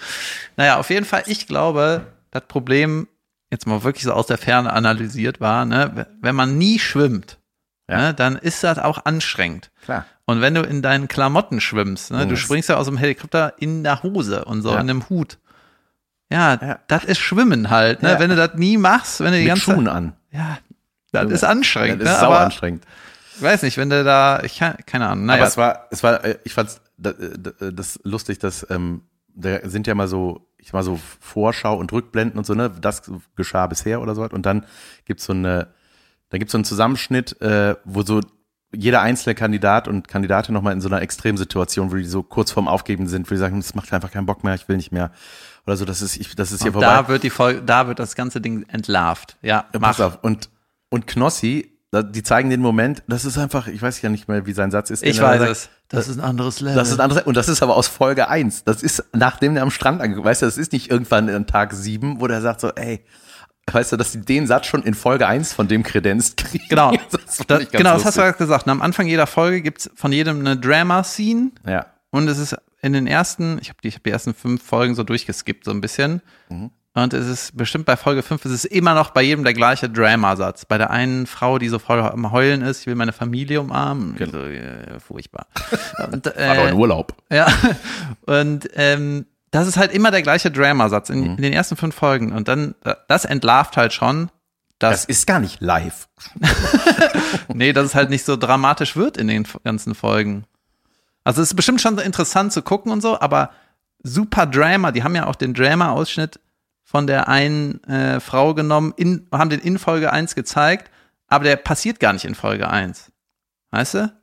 Naja, auf jeden Fall, ich glaube, das Problem, jetzt mal wirklich so aus der Ferne analysiert war, ne, wenn man nie schwimmt,
Ja.
ne, dann ist das auch anstrengend.
Klar.
Und wenn du in deinen Klamotten schwimmst, ne, du
das-
springst ja aus dem Helikopter in der Hose und so,
Ja.
in einem Hut. Ja,
Ja.
das ist Schwimmen halt, ne?
Ja.
Wenn du das nie machst, wenn du die
Mit
ganze
Schuhen an.
ja, das
Junge,
ist anstrengend,
das ist
ne?
sau
aber
anstrengend.
ich weiß nicht, wenn du da, ich kann, keine Ahnung, naja,
Aber es war, es war, äh, ich fand's da- äh, da- äh, das lustig, dass ähm, da sind ja mal so, ich sag mal so Vorschau und Rückblenden und so, ne? Das geschah bisher oder so was. Und dann gibt's so eine, da gibt's so einen Zusammenschnitt, äh, wo so jeder einzelne Kandidat und Kandidatin nochmal in so einer Extremsituation, wo die so kurz vorm Aufgeben sind, wo die sagen, das macht einfach keinen Bock mehr, ich will nicht mehr. Oder so, das ist, ich, das ist hier
und
vorbei.
da wird die Folge, da wird das ganze Ding entlarvt. Ja,
Ja,
mach.
Pass auf. Und, und Knossi, da- die zeigen den Moment, das ist einfach, ich weiß ja nicht mehr, wie sein Satz ist.
Ich
den er
weiß
sagt,
es. Das ist ein anderes Level.
Genau, äh, Das ist anders, und das ist aber aus Folge 1. Das ist, nachdem der am Strand angekommen weißt du, das ist nicht irgendwann an Tag 7, wo der sagt so, ey, weißt du, dass die den Satz schon in Folge 1 von dem kredenzt kriegen.
genau.
Das fand
Da-
ich ganz
genau, das hast du gerade
lustig.
gesagt. Und am Anfang jeder Folge gibt's von jedem eine Drama-Scene
Ja.
und es ist in den ersten, ich habe die, ich hab die ersten fünf Folgen so durchgeskippt, so ein bisschen.
Mhm.
Und es ist bestimmt bei Folge 5, es ist immer noch bei jedem der gleiche Dramasatz. Bei der einen Frau, die so voll am Heulen ist, ich will meine Familie umarmen.
Genau.
So, äh, furchtbar. Und,
War doch in
äh,
Urlaub.
Ja. Und ähm, das ist halt immer der gleiche Dramasatz in,
Mhm.
in den ersten fünf Folgen. Und dann, äh, das entlarvt halt schon,
Das
dass,
ist gar nicht live.
nee, dass es halt nicht so dramatisch wird in den f- ganzen Folgen. Also es ist bestimmt schon interessant zu gucken und so, aber super Drama, die haben ja auch den Drama-Ausschnitt von der einen äh, Frau genommen, in, haben den in Folge 1 gezeigt, aber der passiert gar nicht in Folge 1. Weißt du?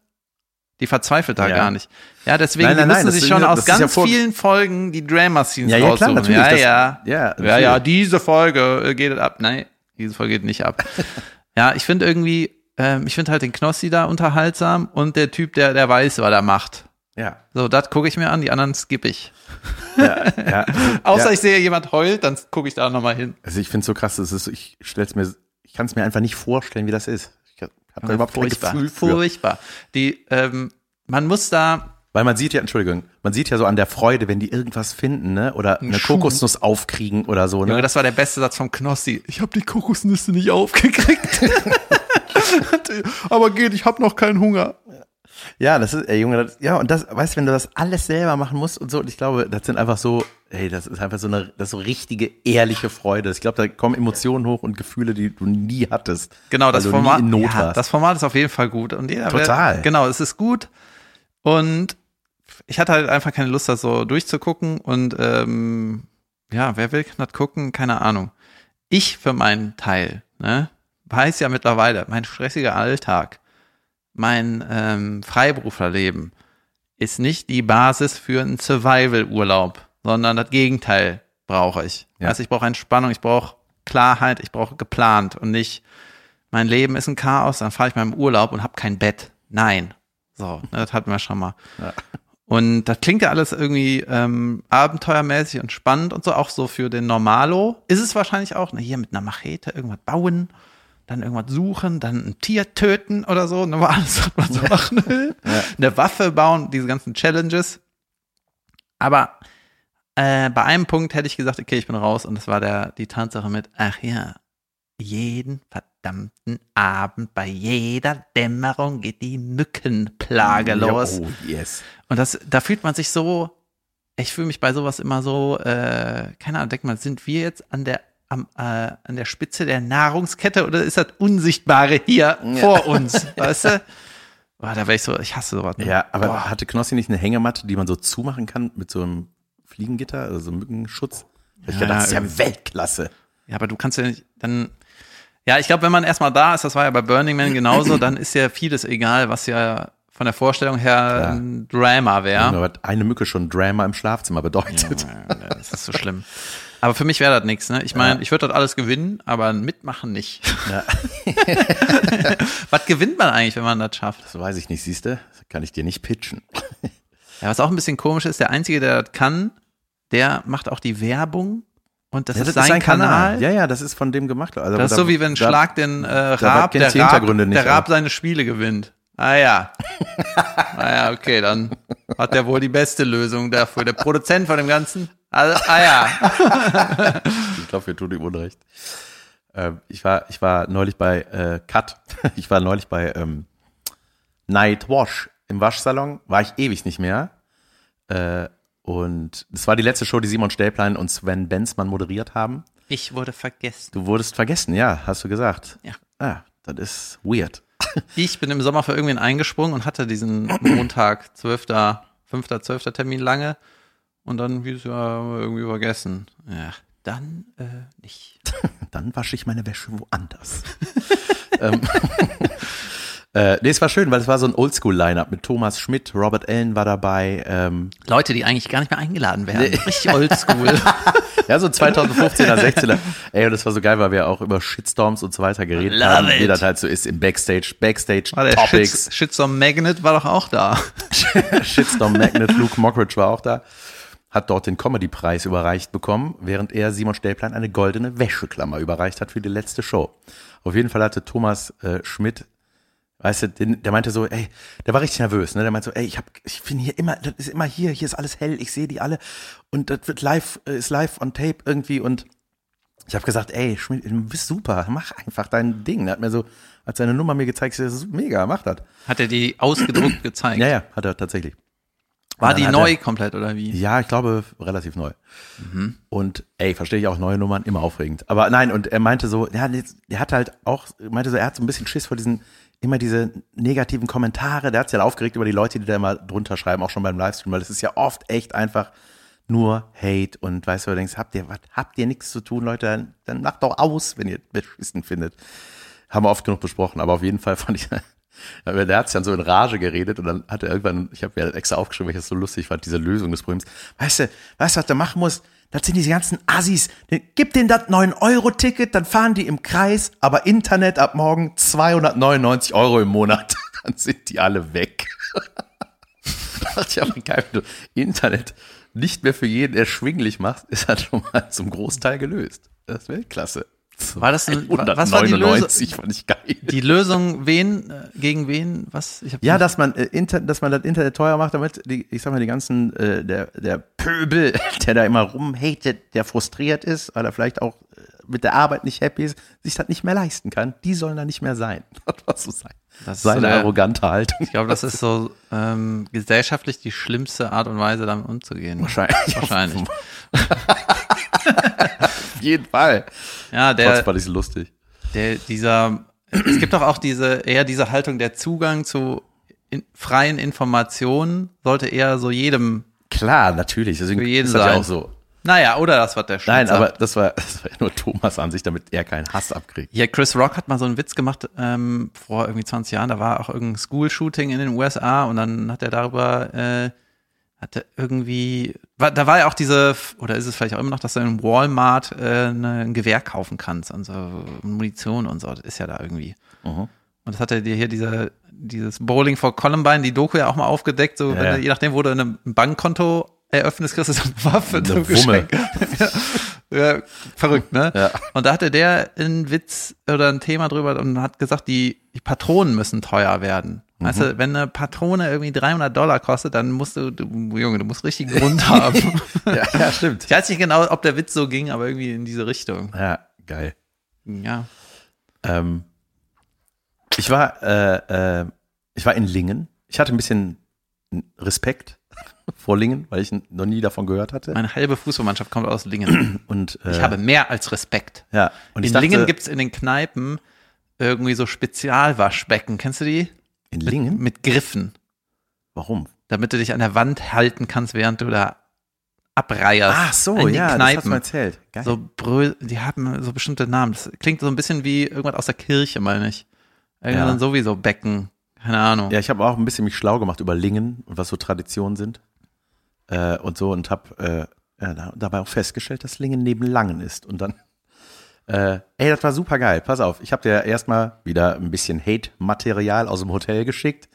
Die verzweifelt da
Ja.
gar nicht. Ja, deswegen
Nein, nein,
die
nein,
müssen
das
sich
ist
schon
ja-
aus
das ist ja
ganz
vor-
vielen Folgen die Drama-Scenes
Ja, ja, klar,
raussuchen.
natürlich,
Ja,
das-
ja.
ja,
ja,
natürlich.
ja, diese Folge äh, geht ab. Nein, diese Folge geht nicht ab. ja, ich finde irgendwie, ähm, ich finde halt den Knossi da unterhaltsam und der Typ, der, der weiß, was er macht.
Ja.
So, das gucke ich mir an, die anderen skippe ich.
ja.
Außer
ja.
ich sehe, jemand heult, dann gucke ich da nochmal hin.
Also ich finde es so krass, das ist, so- ich stell's mir, ich kann es mir einfach nicht vorstellen, wie das ist. Ich hab hab da überhaupt kein
furchtbar.
Gefühl für.
Furchtbar. Die, ähm, man muss da,
Weil man sieht ja, Entschuldigung, man sieht ja so an der Freude, wenn die irgendwas finden, ne? Oder eine
Schuh.
Kokosnuss aufkriegen oder so, ne?
Junge, das war der beste Satz vom Knossi. Ich habe die Kokosnüsse nicht aufgekriegt. Aber geht, ich habe noch keinen Hunger.
Ja, das ist, ey Junge, das, ja, und das, weißt du, wenn du das alles selber machen musst und so, und ich glaube, das sind einfach so, ey, das ist einfach so eine, das ist so richtige, ehrliche Freude. Ich glaube, da kommen Emotionen hoch und Gefühle, die du nie hattest.
Genau,
weil
das
du
Format,
Also Nie in Not
ja,
warst.
das Format ist auf jeden Fall gut. Und jeder will-
Total.
genau, es ist gut. Und ich hatte halt einfach keine Lust, das so durchzugucken. Und ähm, ja, wer will kann das gucken? Keine Ahnung. Ich für meinen Teil, ne, weiß ja mittlerweile, mein stressiger Alltag, mein ähm, Freiberuflerleben ist nicht die Basis für einen Survival-Urlaub, sondern das Gegenteil brauche ich.
Ja.
Also ich brauche Entspannung, ich brauche Klarheit, ich brauche geplant und nicht, mein Leben ist ein Chaos, dann fahre ich mal im Urlaub und habe kein Bett. Nein. So, ne, das hatten wir schon mal. Und das klingt ja alles irgendwie ähm, abenteuermäßig und spannend und so, auch so für den Normalo. Ist es wahrscheinlich auch, ne, hier mit einer Machete irgendwas bauen, dann irgendwas suchen, dann ein Tier töten oder so, ne, war alles, was man so machen will. Eine Waffe bauen, diese ganzen Challenges. Aber äh, bei einem Punkt hätte ich gesagt, okay, ich bin raus und das war der, die Tatsache mit, ach ja, jeden verdammten Abend bei jeder Dämmerung geht die Mückenplage los.
Ja, oh, yes.
Und das, da fühlt man sich so, ich fühle mich bei sowas immer so, äh, keine Ahnung, denkt man, sind wir jetzt an der, am, äh, an der Spitze der Nahrungskette oder ist das Unsichtbare hier vor uns? Weißt du? Boah, da wäre ich so, ich hasse sowas. ne?
Ja, aber
Boah.
hatte Knossi nicht eine Hängematte, die man so zumachen kann mit so einem Fliegengitter, also so einem Mückenschutz? Ich
Ja,
dachte, das ist ja
irgendwie.
Weltklasse.
Ja, aber du kannst ja nicht, dann, ja, ich glaube, wenn man erstmal da ist, das war ja bei Burning Man genauso, dann ist ja vieles egal, was ja von der Vorstellung her ein Drama wäre.
Junge, was eine Mücke schon Drama im Schlafzimmer bedeutet.
Ja, Das ist so schlimm. Aber für mich wäre das nichts, ne? Ich meine, ich würde das alles gewinnen, aber mitmachen nicht. was gewinnt man eigentlich, wenn man das schafft?
Das weiß ich nicht, siehst du? Kann ich dir nicht pitchen.
Ja, was auch ein bisschen komisch ist, der Einzige, der das kann, der macht auch die Werbung und das, ist, sein Kanal.
Ja, ja, das ist von dem gemacht. Also,
Das ist
da-
so wie wenn
da-
Schlag den äh, Raab,
kennt
der
die
Raab,
Hintergründe nicht,
der Raab
aber-
seine Spiele gewinnt. Ah ja. ah ja, okay, dann hat der wohl die beste Lösung dafür. Der Produzent von dem Ganzen. Also, ah ja.
Ich glaube, wir tun ihm Unrecht. Ähm, ich, war, ich war neulich bei äh, Cut. Ich war neulich bei ähm, Night Wash im Waschsalon. War ich ewig nicht mehr. Äh, und das war die letzte Show, die Simon Stellplein und Sven Benzmann moderiert haben.
Ich wurde vergessen.
Du wurdest vergessen, ja, hast du gesagt.
Ja.
Ah, das ist weird.
Ich bin im Sommer für irgendwen eingesprungen und hatte diesen Montag, 12., 5., 12. Termin lange und dann hieß ja irgendwie vergessen. Ja, dann äh, nicht.
dann wasche ich meine Wäsche woanders. ähm, äh, nee, es war schön, weil es war so ein Oldschool-Line-Up mit Thomas Schmidt, Robert Allen war dabei. Ähm,
Leute, die eigentlich gar nicht mehr eingeladen werden. Richtig oldschool.
ja, so 2015er, 16er. Ey, und das war so geil, weil wir auch über Shitstorms und so weiter geredet
Love
haben, wie
it.
das halt so ist im Backstage,
War der
Backstage-Topics.
Shit, Shitstorm Magnet war doch auch da.
Shitstorm Magnet, Luke Mockridge war auch da, hat dort den Comedy-Preis überreicht bekommen, während er Simon Stellplan eine goldene Wäscheklammer überreicht hat für die letzte Show. Auf jeden Fall hatte Thomas äh, Schmidt, weißt du, den, der meinte so, ey, der war richtig nervös, ne? Der meinte so, ey, ich hab, ich bin hier immer, das ist immer hier, hier ist alles hell, ich sehe die alle und das wird live, äh, ist live on tape irgendwie und ich habe gesagt, ey, Schmidt, du bist super, mach einfach dein Ding. Er hat mir so, hat seine Nummer mir gezeigt, ich so, das ist mega, mach das.
Hat er die ausgedruckt gezeigt?
Ja, ja, hat er tatsächlich.
War
Und
die
dann hat
neu
er-
komplett oder wie?
Ja, ich glaube, relativ neu. Und ey, verstehe ich auch neue Nummern, immer aufregend. Aber nein, und er meinte so, ja, er hat halt auch, meinte so, er hat so ein bisschen Schiss vor diesen, immer diese negativen Kommentare. Der hat sich halt aufgeregt über die Leute, die da immer drunter schreiben, auch schon beim Livestream, weil es ist ja oft echt einfach nur Hate und weißt du, du denkst, habt ihr, was, habt ihr nichts zu tun, Leute, dann, dann macht doch aus, wenn ihr beschissen findet. Haben wir oft genug besprochen, aber auf jeden Fall fand ich, der hat sich dann so in Rage geredet und dann hat er irgendwann, ich habe mir halt extra aufgeschrieben, weil ich das so lustig fand, diese Lösung des Problems. Weißt du, weißt du, was du machen musst? Das sind diese ganzen Assis. Gib denen das 9-Euro-Ticket, dann fahren die im Kreis, aber Internet ab morgen 299 Euro im Monat. Dann sind die alle weg. dachte ich aber geil, wenn du Internet nicht mehr für jeden erschwinglich machst, ist halt schon mal zum Großteil gelöst. Das wäre klasse.
War das ein- wa- was war die Lösung?
199 fand ich geil.
Die Lösung, wen, äh, gegen wen, was? Ich hab
Ja, dass man, äh, Inter dass man das Internet teuer macht, damit, die, ich sag mal, die ganzen, äh, der, der Pöbel, der da immer rumhatet, der frustriert ist, weil er vielleicht auch äh, mit der Arbeit nicht happy ist, sich das nicht mehr leisten kann, die sollen da nicht mehr sein. Das war so sein.
Das ist so
Seine
der-
arrogante Haltung.
Ich glaube, das ist so ähm, gesellschaftlich die schlimmste Art und Weise, damit umzugehen.
Wahrscheinlich.
Wahrscheinlich.
Auf jeden Fall.
Ja, der,
Trotzdem fand ich es lustig.
der, dieser, es gibt doch auch diese, eher diese Haltung, der Zugang zu in, freien Informationen sollte eher so jedem,
Klar, natürlich. Deswegen
Für jeden
ist das ja
sein.
auch so.
naja, oder das, was der Schulz
Nein, aber
sagt.
das war, das war ja nur Thomas an sich, damit er keinen Hass abkriegt.
Ja, Chris Rock hat mal so einen Witz gemacht, ähm, vor irgendwie 20 Jahren, da war auch irgendein School-Shooting in den USA und dann hat er darüber, äh, hat er irgendwie, war, da war ja auch diese, oder ist es vielleicht auch immer noch, dass du in Walmart äh, ne- ein Gewehr kaufen kannst und so Munition und so, das ist ja da irgendwie.
Mhm.
Und das hat er dir hier diese, dieses Bowling for Columbine, die Doku ja auch mal aufgedeckt, so wenn
ja.
du, je nachdem, wo du ein Bankkonto eröffnest, kriegst du so eine Waffe
Eine
zum
Wumme.
Geschenk. ja, ja, verrückt, ne?
Ja.
Und da hatte der einen Witz oder ein Thema drüber und hat gesagt, die, die Patronen müssen teuer werden.
Mhm.
Weißt du, wenn eine Patrone irgendwie 300 Dollar kostet, dann musst du, du Junge, du musst richtig Grund haben.
Ja, ja stimmt.
ich weiß nicht genau, ob der Witz so ging, aber irgendwie in diese Richtung.
Ja, geil.
Ja.
Ähm, ich war, äh, äh, ich war in Lingen. Ich hatte ein bisschen Respekt vor Lingen, weil ich n- noch nie davon gehört hatte.
Meine halbe Fußballmannschaft kommt aus Lingen.
Und äh,
Ich habe mehr als Respekt.
ja. Und ich
in
dachte,
Lingen gibt's in den Kneipen irgendwie so Spezialwaschbecken. Kennst du die?
in Lingen.
Mit Griffen,
Warum?
damit du dich an der Wand halten kannst, während du da abreierst. in die
Ah, das hast du
Kneipen.
mal erzählt. Geil.
So Brö die haben so bestimmte Namen. Das klingt so ein bisschen wie irgendwas aus der Kirche, meine ich. Irgendwann
Ja.
sowieso Becken. Keine Ahnung.
Ja, ich habe auch ein bisschen mich schlau gemacht über Lingen und was so Traditionen sind äh, und so und habe äh, ja, da- dabei auch festgestellt, dass Lingen neben Langen ist und dann äh, ey, das war super geil. Pass auf, ich habe dir erstmal wieder ein bisschen Hate-Material aus dem Hotel geschickt.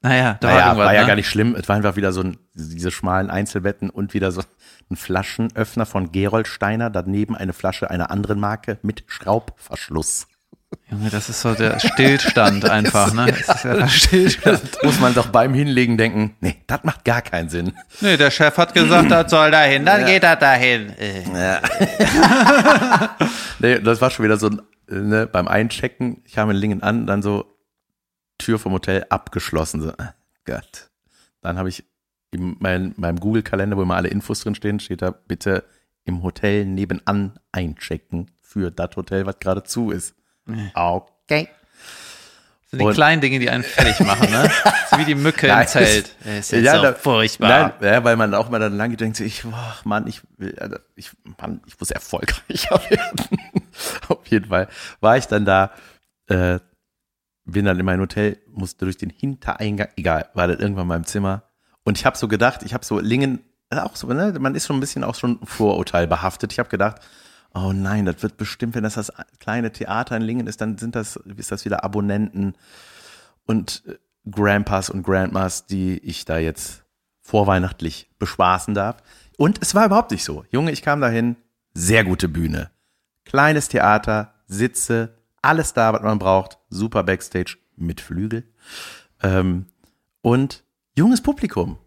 Naja, da war
Naja, war,
irgendwas.
ja
ne?
gar nicht schlimm. Es war einfach wieder so ein, diese schmalen Einzelbetten und wieder so ein Flaschenöffner von Gerold Steiner, daneben eine Flasche einer anderen Marke mit Schraubverschluss.
Junge, das ist so der Stillstand einfach, ne? Das ist ja der Stillstand.
Muss man doch beim Hinlegen denken, nee, das macht gar keinen Sinn.
Nee, der Chef hat gesagt, das soll dahin, dann geht das dahin. Äh.
Nee, das war schon wieder so ein, äh, ne, beim Einchecken, ich kam in Lingen an, dann so Tür vom Hotel abgeschlossen. So, ah, Gott. Dann habe ich in mein, meinem Google-Kalender, wo immer alle Infos drin stehen, steht da bitte im Hotel nebenan einchecken für das Hotel, was gerade zu ist. Ah, Okay.
Das sind die
Und-
kleinen Dinge, die einen fertig machen, ne? Das ist wie die Mücke
Nein,
im Zelt. Das ist jetzt so
da-
furchtbar.
Nein, ja, weil man auch mal dann lange denkt, so, ich, boah, Mann, ich will, äh, ich, Mann, ich muss erfolgreicher werden. Auf jeden Fall war ich dann da, äh, bin dann in mein Hotel, musste durch den Hintereingang, egal, war dann irgendwann in meinem Zimmer. Und ich habe so gedacht, ich habe so Lingen, äh, auch so, ne, man ist schon ein bisschen auch schon Vorurteil behaftet. Ich habe gedacht, oh nein, das wird bestimmt, wenn das das kleine Theater in Lingen ist, dann sind das, ist das wieder Abonnenten und äh, Grandpas und Grandmas, die ich da jetzt vorweihnachtlich bespaßen darf. Und es war überhaupt nicht so. Junge, ich kam dahin, sehr gute Bühne. Kleines Theater, Sitze, alles da, was man braucht. Super Backstage mit Flügel. Ähm, und junges Publikum.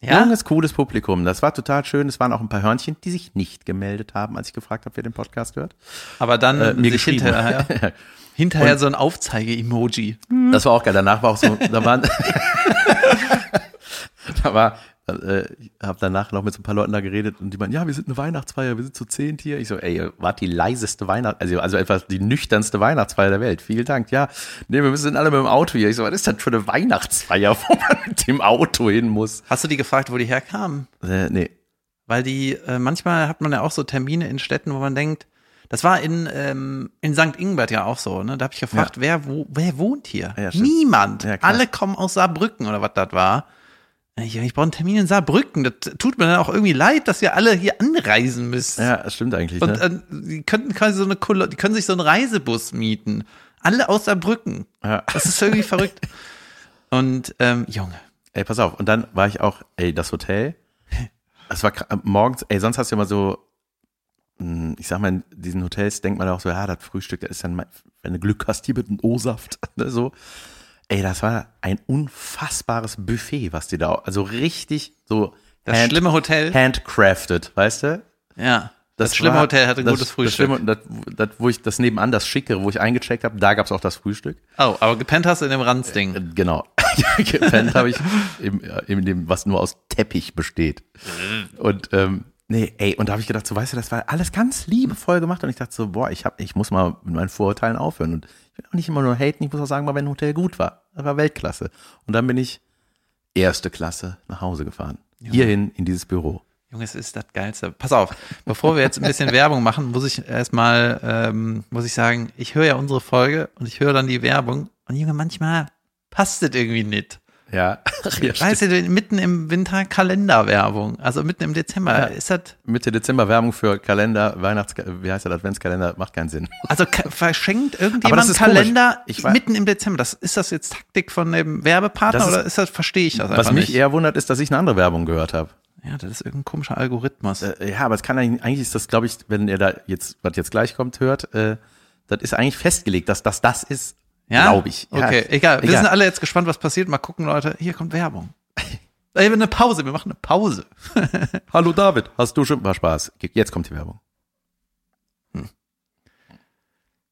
ja?
Junges, cooles Publikum. Das war total schön. Es waren auch ein paar Hörnchen, die sich nicht gemeldet haben, als ich gefragt habe, wer den Podcast hört.
Aber dann
Äh, mir
sich
geschrieben.
hinterher, hinterher so ein Aufzeige-Emoji.
Das war auch geil. Danach war auch so, da waren, da war, äh, ich habe danach noch mit so ein paar Leuten da geredet und die meinten, ja, wir sind eine Weihnachtsfeier, wir sind zu zehnt hier. Ich so, ey, ihr wart die leiseste Weihnacht, also, also etwas die nüchternste Weihnachtsfeier der Welt. Vielen Dank. Ja, nee, wir sind alle mit dem Auto hier. Ich so, was ist das für eine Weihnachtsfeier, wo man mit dem Auto hin muss?
Hast du die gefragt, wo die herkamen?
Äh, nee.
Weil die, äh, manchmal hat man ja auch so Termine in Städten, wo man denkt, das war in, ähm, in St. Ingbert ja auch so, ne? Da habe ich gefragt, wer, wo, wer wohnt hier?
Ja, stimmt.
Niemand.
Ja, klar.
Alle kommen aus Saarbrücken oder was das war. Ich, ich brauche einen Termin in Saarbrücken. Das tut mir dann auch irgendwie leid, dass ihr alle hier anreisen müsst.
Ja, das stimmt eigentlich.
Und
ne?
äh, die könnten quasi so eine Kolo die können sich so einen Reisebus mieten. Alle aus Saarbrücken.
Ja.
Das ist irgendwie verrückt. Und ähm, Junge,
Ey, pass auf. Und dann war ich auch, ey, das Hotel. Das war kra- morgens, ey, sonst hast du immer so, mh, ich sag mal, in diesen Hotels denkt man auch so, ja, das Frühstück, das ist dann, mein- wenn du Glück hast, hier mit einem O-Saft, ne, so. Ey, das war ein unfassbares Buffet, was die da, also richtig so
das schlimme Hotel.
handcrafted, weißt du?
Ja. Das schlimme Hotel hatte ein
das,
gutes Frühstück.
Das, schlimme, das, das, wo ich das nebenan, das schickere, wo ich eingecheckt habe, da gab es auch das Frühstück.
Oh, aber gepennt hast du in dem Ranzding.
Genau. Gepennt habe ich im, äh, in dem, was nur aus Teppich besteht. Und ähm, nee, ey, und da habe ich gedacht, so weißt du, das war alles ganz liebevoll gemacht. Und ich dachte so, boah, ich hab, ich muss mal mit meinen Vorurteilen aufhören. Und ich will auch nicht immer nur haten, ich muss auch sagen, mal wenn ein Hotel gut war. Das war Weltklasse. Und dann bin ich erste Klasse nach Hause gefahren. Hierhin in dieses Büro.
Junge, es ist das Geilste. Pass auf, bevor wir jetzt ein bisschen Werbung machen, muss ich erstmal, ähm, muss ich sagen, ich höre ja unsere Folge und ich höre dann die Werbung. Und Junge, manchmal passt das irgendwie nicht.
Ja. ja
Weißt du, mitten im Winter Kalenderwerbung, also mitten im Dezember ist das,
Mitte Dezember Werbung für Kalender, Weihnachts, wie heißt der Adventskalender, macht keinen Sinn.
also ka- verschenkt
Aber das
irgendjemand
ist komisch.
Kalender
Ich weiß-
mitten im Dezember. Das, ist das jetzt Taktik von dem Werbepartner
Das ist-
oder ist das, verstehe ich das einfach
Was mich
nicht?
eher wundert, ist, dass ich eine andere Werbung gehört habe.
Ja, das ist irgendein komischer Algorithmus.
Äh, ja, aber es kann eigentlich, eigentlich ist das, glaube ich, wenn ihr da jetzt, was jetzt gleich kommt, hört, äh, das ist eigentlich festgelegt, dass das das ist.
Ja?
Glaube ich. Ja.
Okay, egal. Wir
Egal.
sind alle jetzt gespannt, was passiert. Mal gucken, Leute. Hier kommt Werbung. Ey, eine Pause. Wir machen eine Pause.
Hallo David, hast du schon mal Spaß? Jetzt kommt die Werbung.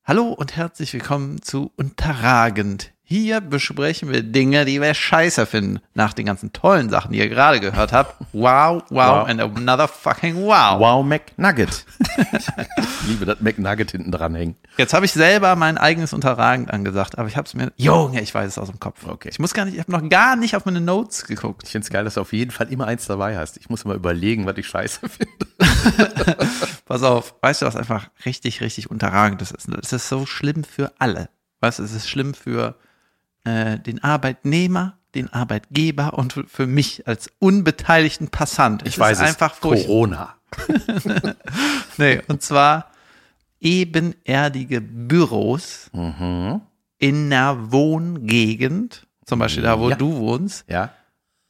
Hallo und herzlich willkommen zu Unterragend. Hier besprechen wir Dinge, die wir scheiße finden. Nach den ganzen tollen Sachen, die ihr gerade gehört habt. Wow, wow,
Wow.
and another fucking wow.
Wow, McNugget. ich liebe das McNugget hinten dran hängen.
Jetzt habe ich selber mein eigenes Unterragend angesagt, aber ich habe es mir... Junge, ich weiß es aus dem Kopf.
Okay.
Ich muss gar nicht... Ich habe noch gar nicht auf meine Notes geguckt.
Ich finde es geil, dass du auf jeden Fall immer eins dabei hast. Ich muss immer überlegen, was ich scheiße finde.
Pass auf, weißt du, was einfach richtig, richtig unterragendes ist? Es ist so schlimm für alle. Weißt du, es ist schlimm für äh, den Arbeitnehmer, den Arbeitgeber und für- für mich als unbeteiligten Passant. Es ist einfach furchtbar.
Corona.
Nee, und zwar ebenerdige Büros
Mhm.
in einer Wohngegend, zum Beispiel da, wo
Ja.
du wohnst,
Ja.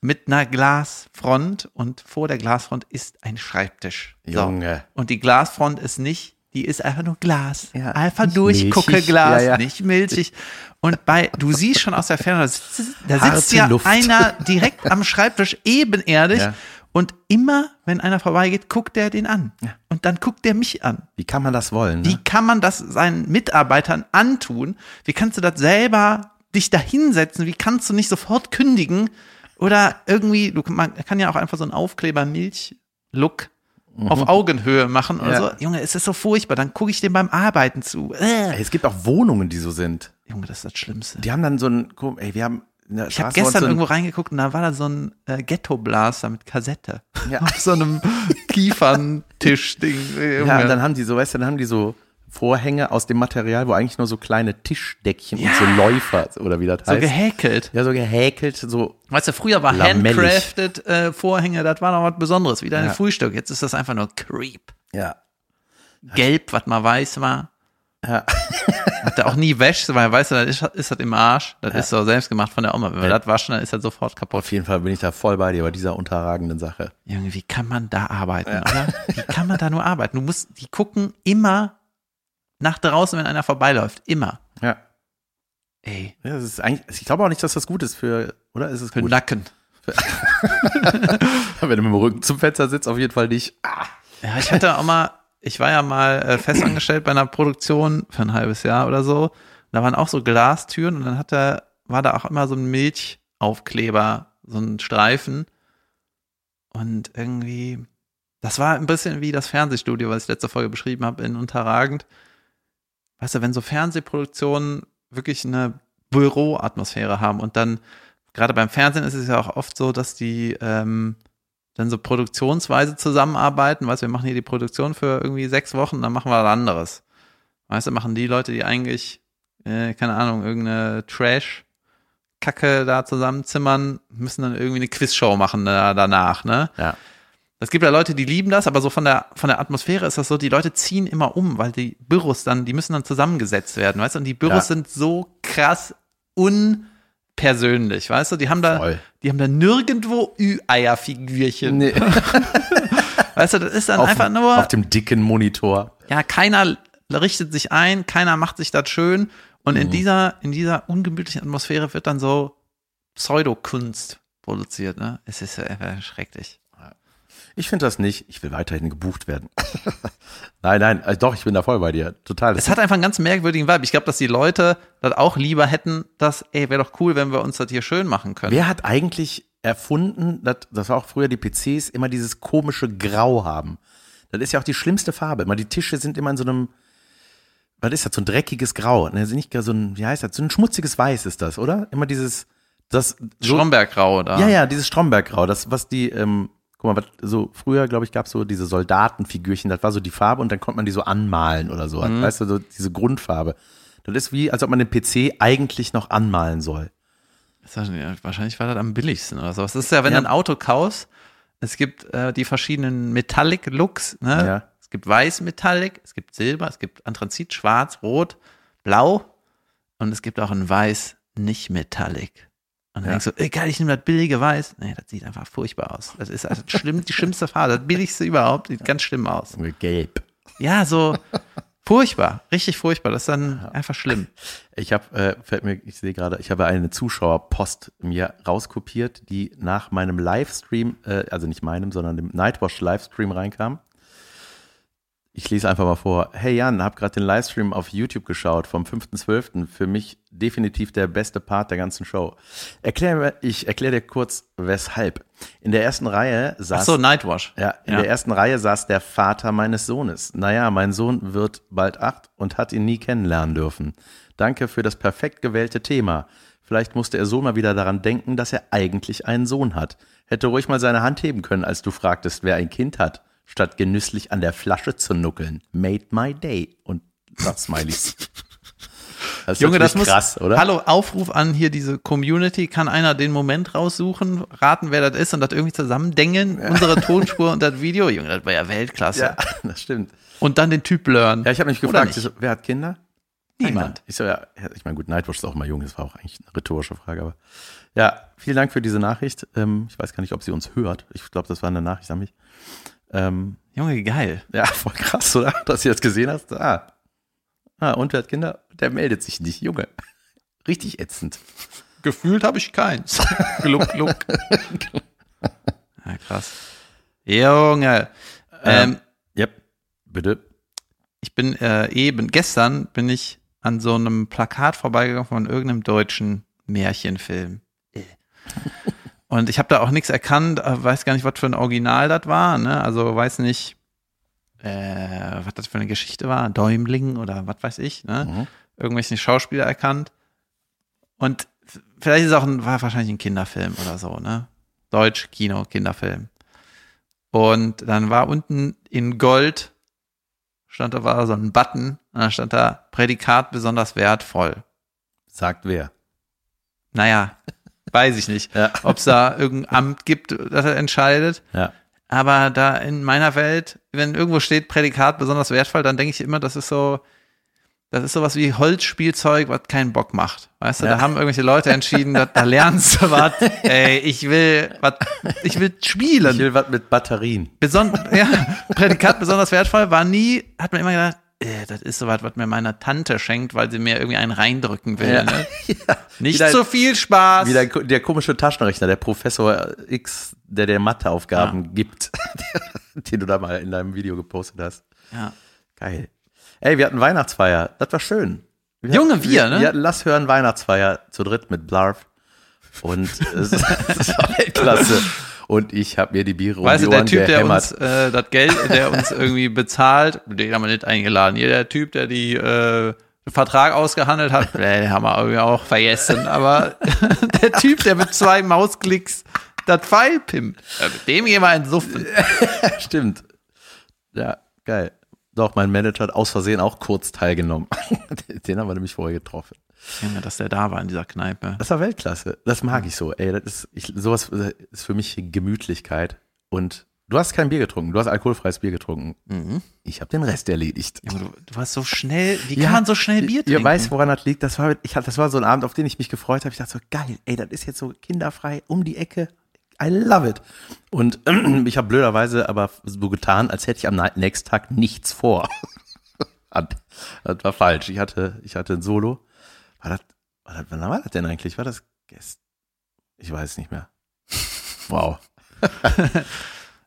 mit einer Glasfront und vor der Glasfront ist ein Schreibtisch.
Junge.
Und die Glasfront ist nicht, die ist einfach nur Glas.
Ja,
einfach
nicht
Durchguckeglas,
milchig, ja, ja.
nicht milchig. Und bei, du siehst schon aus der Ferne, da sitzt, da sitzt
Harte
ja
Luft.
einer direkt am Schreibtisch ebenerdig.
Ja.
Und immer, wenn einer vorbeigeht, guckt der den an. Und dann guckt der mich an.
Wie kann man das wollen? Ne?
Wie kann man das seinen Mitarbeitern antun? Wie kannst du das selber dich dahinsetzen? Wie kannst du nicht sofort kündigen? Oder irgendwie, du, man kann ja auch einfach so einen Aufkleber-Milch-Look auf Augenhöhe machen oder
Mhm. Ja.
so. Junge, es ist so furchtbar. Dann gucke ich dem beim Arbeiten zu. Äh.
Ey, es gibt auch Wohnungen, die so sind.
Junge, das ist das Schlimmste.
Die haben dann so ein, guck, ey, wir haben.
Ich habe gestern irgendwo reingeguckt und da war da so ein äh, Ghetto-Blaster mit Kassette.
Ja.
Auf so einem Kieferntisch-Ding. Junge.
Ja, und dann haben die so, weißt du, dann haben die so Vorhänge aus dem Material, wo eigentlich nur so kleine Tischdeckchen und so Läufer oder wie das
so
heißt.
gehäkelt.
ja, so gehäkelt, so.
Weißt du, früher war
Lamellig.
handcrafted äh, Vorhänge, das war noch was Besonderes, wie dein
Ja.
Frühstück. Jetzt ist das einfach nur Creep.
Ja.
Gelb, was mal weiß war. Hatte auch nie Wäsche, weil weißt du, das ist, ist das im Arsch. Das ist so selbst gemacht von der Oma. Wenn wir
Ja.
das waschen, dann ist das sofort kaputt.
Auf jeden Fall bin ich da voll bei dir bei dieser unterragenden Sache.
Junge, wie kann man da arbeiten, oder? Wie kann man da nur arbeiten? Du musst, die gucken immer nach draußen, wenn einer vorbeiläuft. Immer.
Ja.
Ey,
ja das ist eigentlich, ich glaube auch nicht, dass das gut ist für, oder? Ist es
für
gut?
Nacken.
Wenn du mit dem Rücken zum Fenster sitzt, auf jeden Fall nicht.
Ja, ich hatte auch mal, ich war ja mal äh, festangestellt bei einer Produktion für ein halbes Jahr oder so. Da waren auch so Glastüren und dann hat er, war da auch immer so ein Milchaufkleber, so ein Streifen. Und irgendwie, das war ein bisschen wie das Fernsehstudio, was ich letzte Folge beschrieben habe, in Unterragend. Weißt du, wenn so Fernsehproduktionen wirklich eine Büroatmosphäre haben und dann, gerade beim Fernsehen ist es ja auch oft so, dass die, ähm, dann so produktionsweise zusammenarbeiten, weißt du, wir machen hier die Produktion für irgendwie sechs Wochen, dann machen wir was anderes. Weißt du, machen die Leute, die eigentlich, äh, keine Ahnung, irgendeine Trash-Kacke da zusammenzimmern, müssen dann irgendwie eine Quizshow machen äh, danach, ne?
Ja.
Es gibt ja Leute, die lieben das, aber so von der, von der Atmosphäre ist das so, die Leute ziehen immer um, weil die Büros dann, die müssen dann zusammengesetzt werden, weißt du, und die Büros
Ja.
sind so krass unpersönlich, weißt du, die haben da,
Voll.
die haben da nirgendwo Ü-Eier-Figürchen. Weißt du, das ist dann
auf,
einfach nur,
auf dem dicken Monitor.
ja, keiner richtet sich ein, keiner macht sich das schön. Und
Mhm.
in dieser, in dieser ungemütlichen Atmosphäre wird dann so Pseudokunst produziert, ne? Es ist ja einfach schrecklich.
Ich finde das nicht. Ich will weiterhin gebucht werden. nein, nein, äh, doch, ich bin da voll bei dir. Total.
Es hat einfach einen ganz merkwürdigen Vibe. Ich glaube, dass die Leute das auch lieber hätten, dass, ey, wäre doch cool, wenn wir uns das hier schön machen können.
Wer hat eigentlich erfunden, dass, das war auch früher die PCs, immer dieses komische Grau haben? Das ist ja auch die schlimmste Farbe. Immer die Tische sind immer in so einem, was ist das, so ein dreckiges Grau. Ne, sind nicht gar so ein, wie heißt das, so ein schmutziges Weiß ist das, oder? Immer dieses, das, so,
Strombergrau da.
ja, ja, dieses Stromberggrau, das, was die, ähm, guck mal, was, so früher, glaube ich, gab es so diese Soldatenfigürchen, das war so die Farbe und dann konnte man die so anmalen oder so, weißt du, so diese Grundfarbe. Das ist wie, als ob man den PC eigentlich noch anmalen soll.
Ist das- ja, Wahrscheinlich war das am billigsten oder sowas. Das ist ja, wenn
Ja.
du ein Auto kaufst, es gibt äh, die verschiedenen Metallic-Looks. Ne?
Ja.
Es gibt Weiß-Metallic, es gibt Silber, es gibt Anthrazit, Schwarz, Rot, Blau und es gibt auch ein Weiß-Nicht-Metallic. Und dann
Ja.
denkst du, egal, ich nehme das billige Weiß. Nee, das sieht einfach furchtbar aus. Das ist also schlimm, die schlimmste Farbe, das billigste überhaupt, sieht ganz schlimm aus.
Gelb.
Ja, so furchtbar, richtig furchtbar. Das ist dann einfach schlimm.
Ich habe, äh, fällt mir, ich sehe gerade, ich habe eine Zuschauerpost mir rauskopiert, die nach meinem Livestream, äh, also nicht meinem, sondern dem Nightwatch Livestream reinkam. Ich lese einfach mal vor. Hey Jan, hab gerade den Livestream auf YouTube geschaut vom 5.12. Für mich definitiv der beste Part der ganzen Show. Erklär, mir- ich erkläre dir kurz, weshalb. In der ersten Reihe
Ach
saß
so, Nightwash.
ja, in
Ja.
der ersten Reihe saß der Vater meines Sohnes. Naja, mein Sohn wird bald acht und hat ihn nie kennenlernen dürfen. Danke für das perfekt gewählte Thema. Vielleicht musste er so mal wieder daran denken, dass er eigentlich einen Sohn hat. Hätte ruhig mal seine Hand heben können, als du fragtest, wer ein Kind hat, statt genüsslich an der Flasche zu nuckeln. Made my day. Und nach Smileys. Das ist
Junge, das muss
natürlich krass, oder?
Hallo, Aufruf an hier diese Community. Kann einer den Moment raussuchen, raten, wer das ist und das irgendwie zusammendengeln? Unsere Tonspur und das Video. Junge, das war ja Weltklasse.
Ja, das stimmt.
Und dann den Typ blurren.
Ja, ich habe mich
Oder nicht?
gefragt, ich so, wer hat Kinder?
Niemand.
Ich so, ja, ich meine, gut, Nightwatch ist auch immer jung, das war auch eigentlich eine rhetorische Frage, aber ja, vielen Dank für diese Nachricht. Ähm, ich weiß gar nicht, ob sie uns hört. Ich glaube, das war eine Nachricht an mich. Ähm,
Junge, geil.
ja, voll krass, oder? Dass du jetzt gesehen hast. Ah. ah, und wer hat Kinder? Der meldet sich nicht, Junge. Richtig ätzend.
Gefühlt habe ich keins. gluck, gluck. ja, krass. Junge. Ähm,
Yep. Bitte.
ich bin äh, eben, gestern bin ich an so einem Plakat vorbeigegangen von irgendeinem deutschen Märchenfilm. Und ich habe da auch nichts erkannt, äh, weiß gar nicht, was für ein Original das war, ne? Also weiß nicht, äh, was das für eine Geschichte war, Däumling oder was weiß ich, ne?
Mhm.
Irgendwelche Schauspieler erkannt. Und f- vielleicht ist auch ein, war wahrscheinlich ein Kinderfilm oder so, ne? Deutsch, Kino, Kinderfilm. Und dann war unten in Gold stand da war so ein Button und dann stand da Prädikat besonders wertvoll.
Sagt wer.
Naja, weiß ich nicht,
Ja.
ob es da irgendein Amt gibt, das das entscheidet.
Ja.
Aber da in meiner Welt, wenn irgendwo steht Prädikat besonders wertvoll, dann denke ich immer, das ist so, das ist sowas wie Holzspielzeug, was keinen Bock macht. Weißt du,
Ja.
da haben irgendwelche Leute entschieden, da, da lernst du was. Ey, ich will, was, ich will spielen.
Ich will was mit Batterien.
Beson ja, Prädikat besonders wertvoll war nie, hat man immer gedacht, äh, das ist sowas, was mir meine Tante schenkt, weil sie mir irgendwie einen reindrücken will. Ne? Nicht
Wieder-
zu viel Spaß.
Wie der, der komische Taschenrechner, der Professor X, der der Matheaufgaben gibt, den du da mal in deinem Video gepostet hast.
ja.
Geil. Ey, wir hatten Weihnachtsfeier. Das war schön. Wir
Junge,
hatten,
wir, ne?
Wir hatten Lass hören Weihnachtsfeier zu dritt mit Blarf. Und es das war Weltklasse. Und ich habe mir die Biere um
Weißt
die
du,
Ohren
der Typ, der
gehämmert.
uns äh, das Geld, der uns irgendwie bezahlt, den haben wir nicht eingeladen. Hier der Typ, der die äh, den Vertrag ausgehandelt hat, äh, den haben wir irgendwie auch vergessen. Aber der Typ, der mit zwei Mausklicks das Pfeil pimmt, äh, mit dem gehen wir einen Suffen.
Stimmt. Ja, geil. Doch, mein Manager hat aus Versehen auch kurz teilgenommen. Den haben wir nämlich vorher getroffen.
Junge, dass der da war in dieser Kneipe.
Das war Weltklasse. Das mag ich so. Ey, das ist, ich, sowas äh, ist für mich Gemütlichkeit. Und du hast kein Bier getrunken. Du hast alkoholfreies Bier getrungen. Ich habe den Rest erledigt.
Junge, Du, du warst so schnell. Wie kann man so schnell Bier trinken?
Ihr weiß, woran das liegt. Das war, ich, hatte- das war so ein Abend, auf den ich mich gefreut habe. Ich dachte so, geil, ey, das ist jetzt so kinderfrei um die Ecke. I love it. Und ich habe blöderweise aber so getan, als hätte ich am ni- nächsten Tag nichts vor. Hat- das war falsch. Ich hatte, ich hatte ein Solo. War das, war das, wann war das denn eigentlich? War das gestern? Ich weiß nicht mehr. Wow.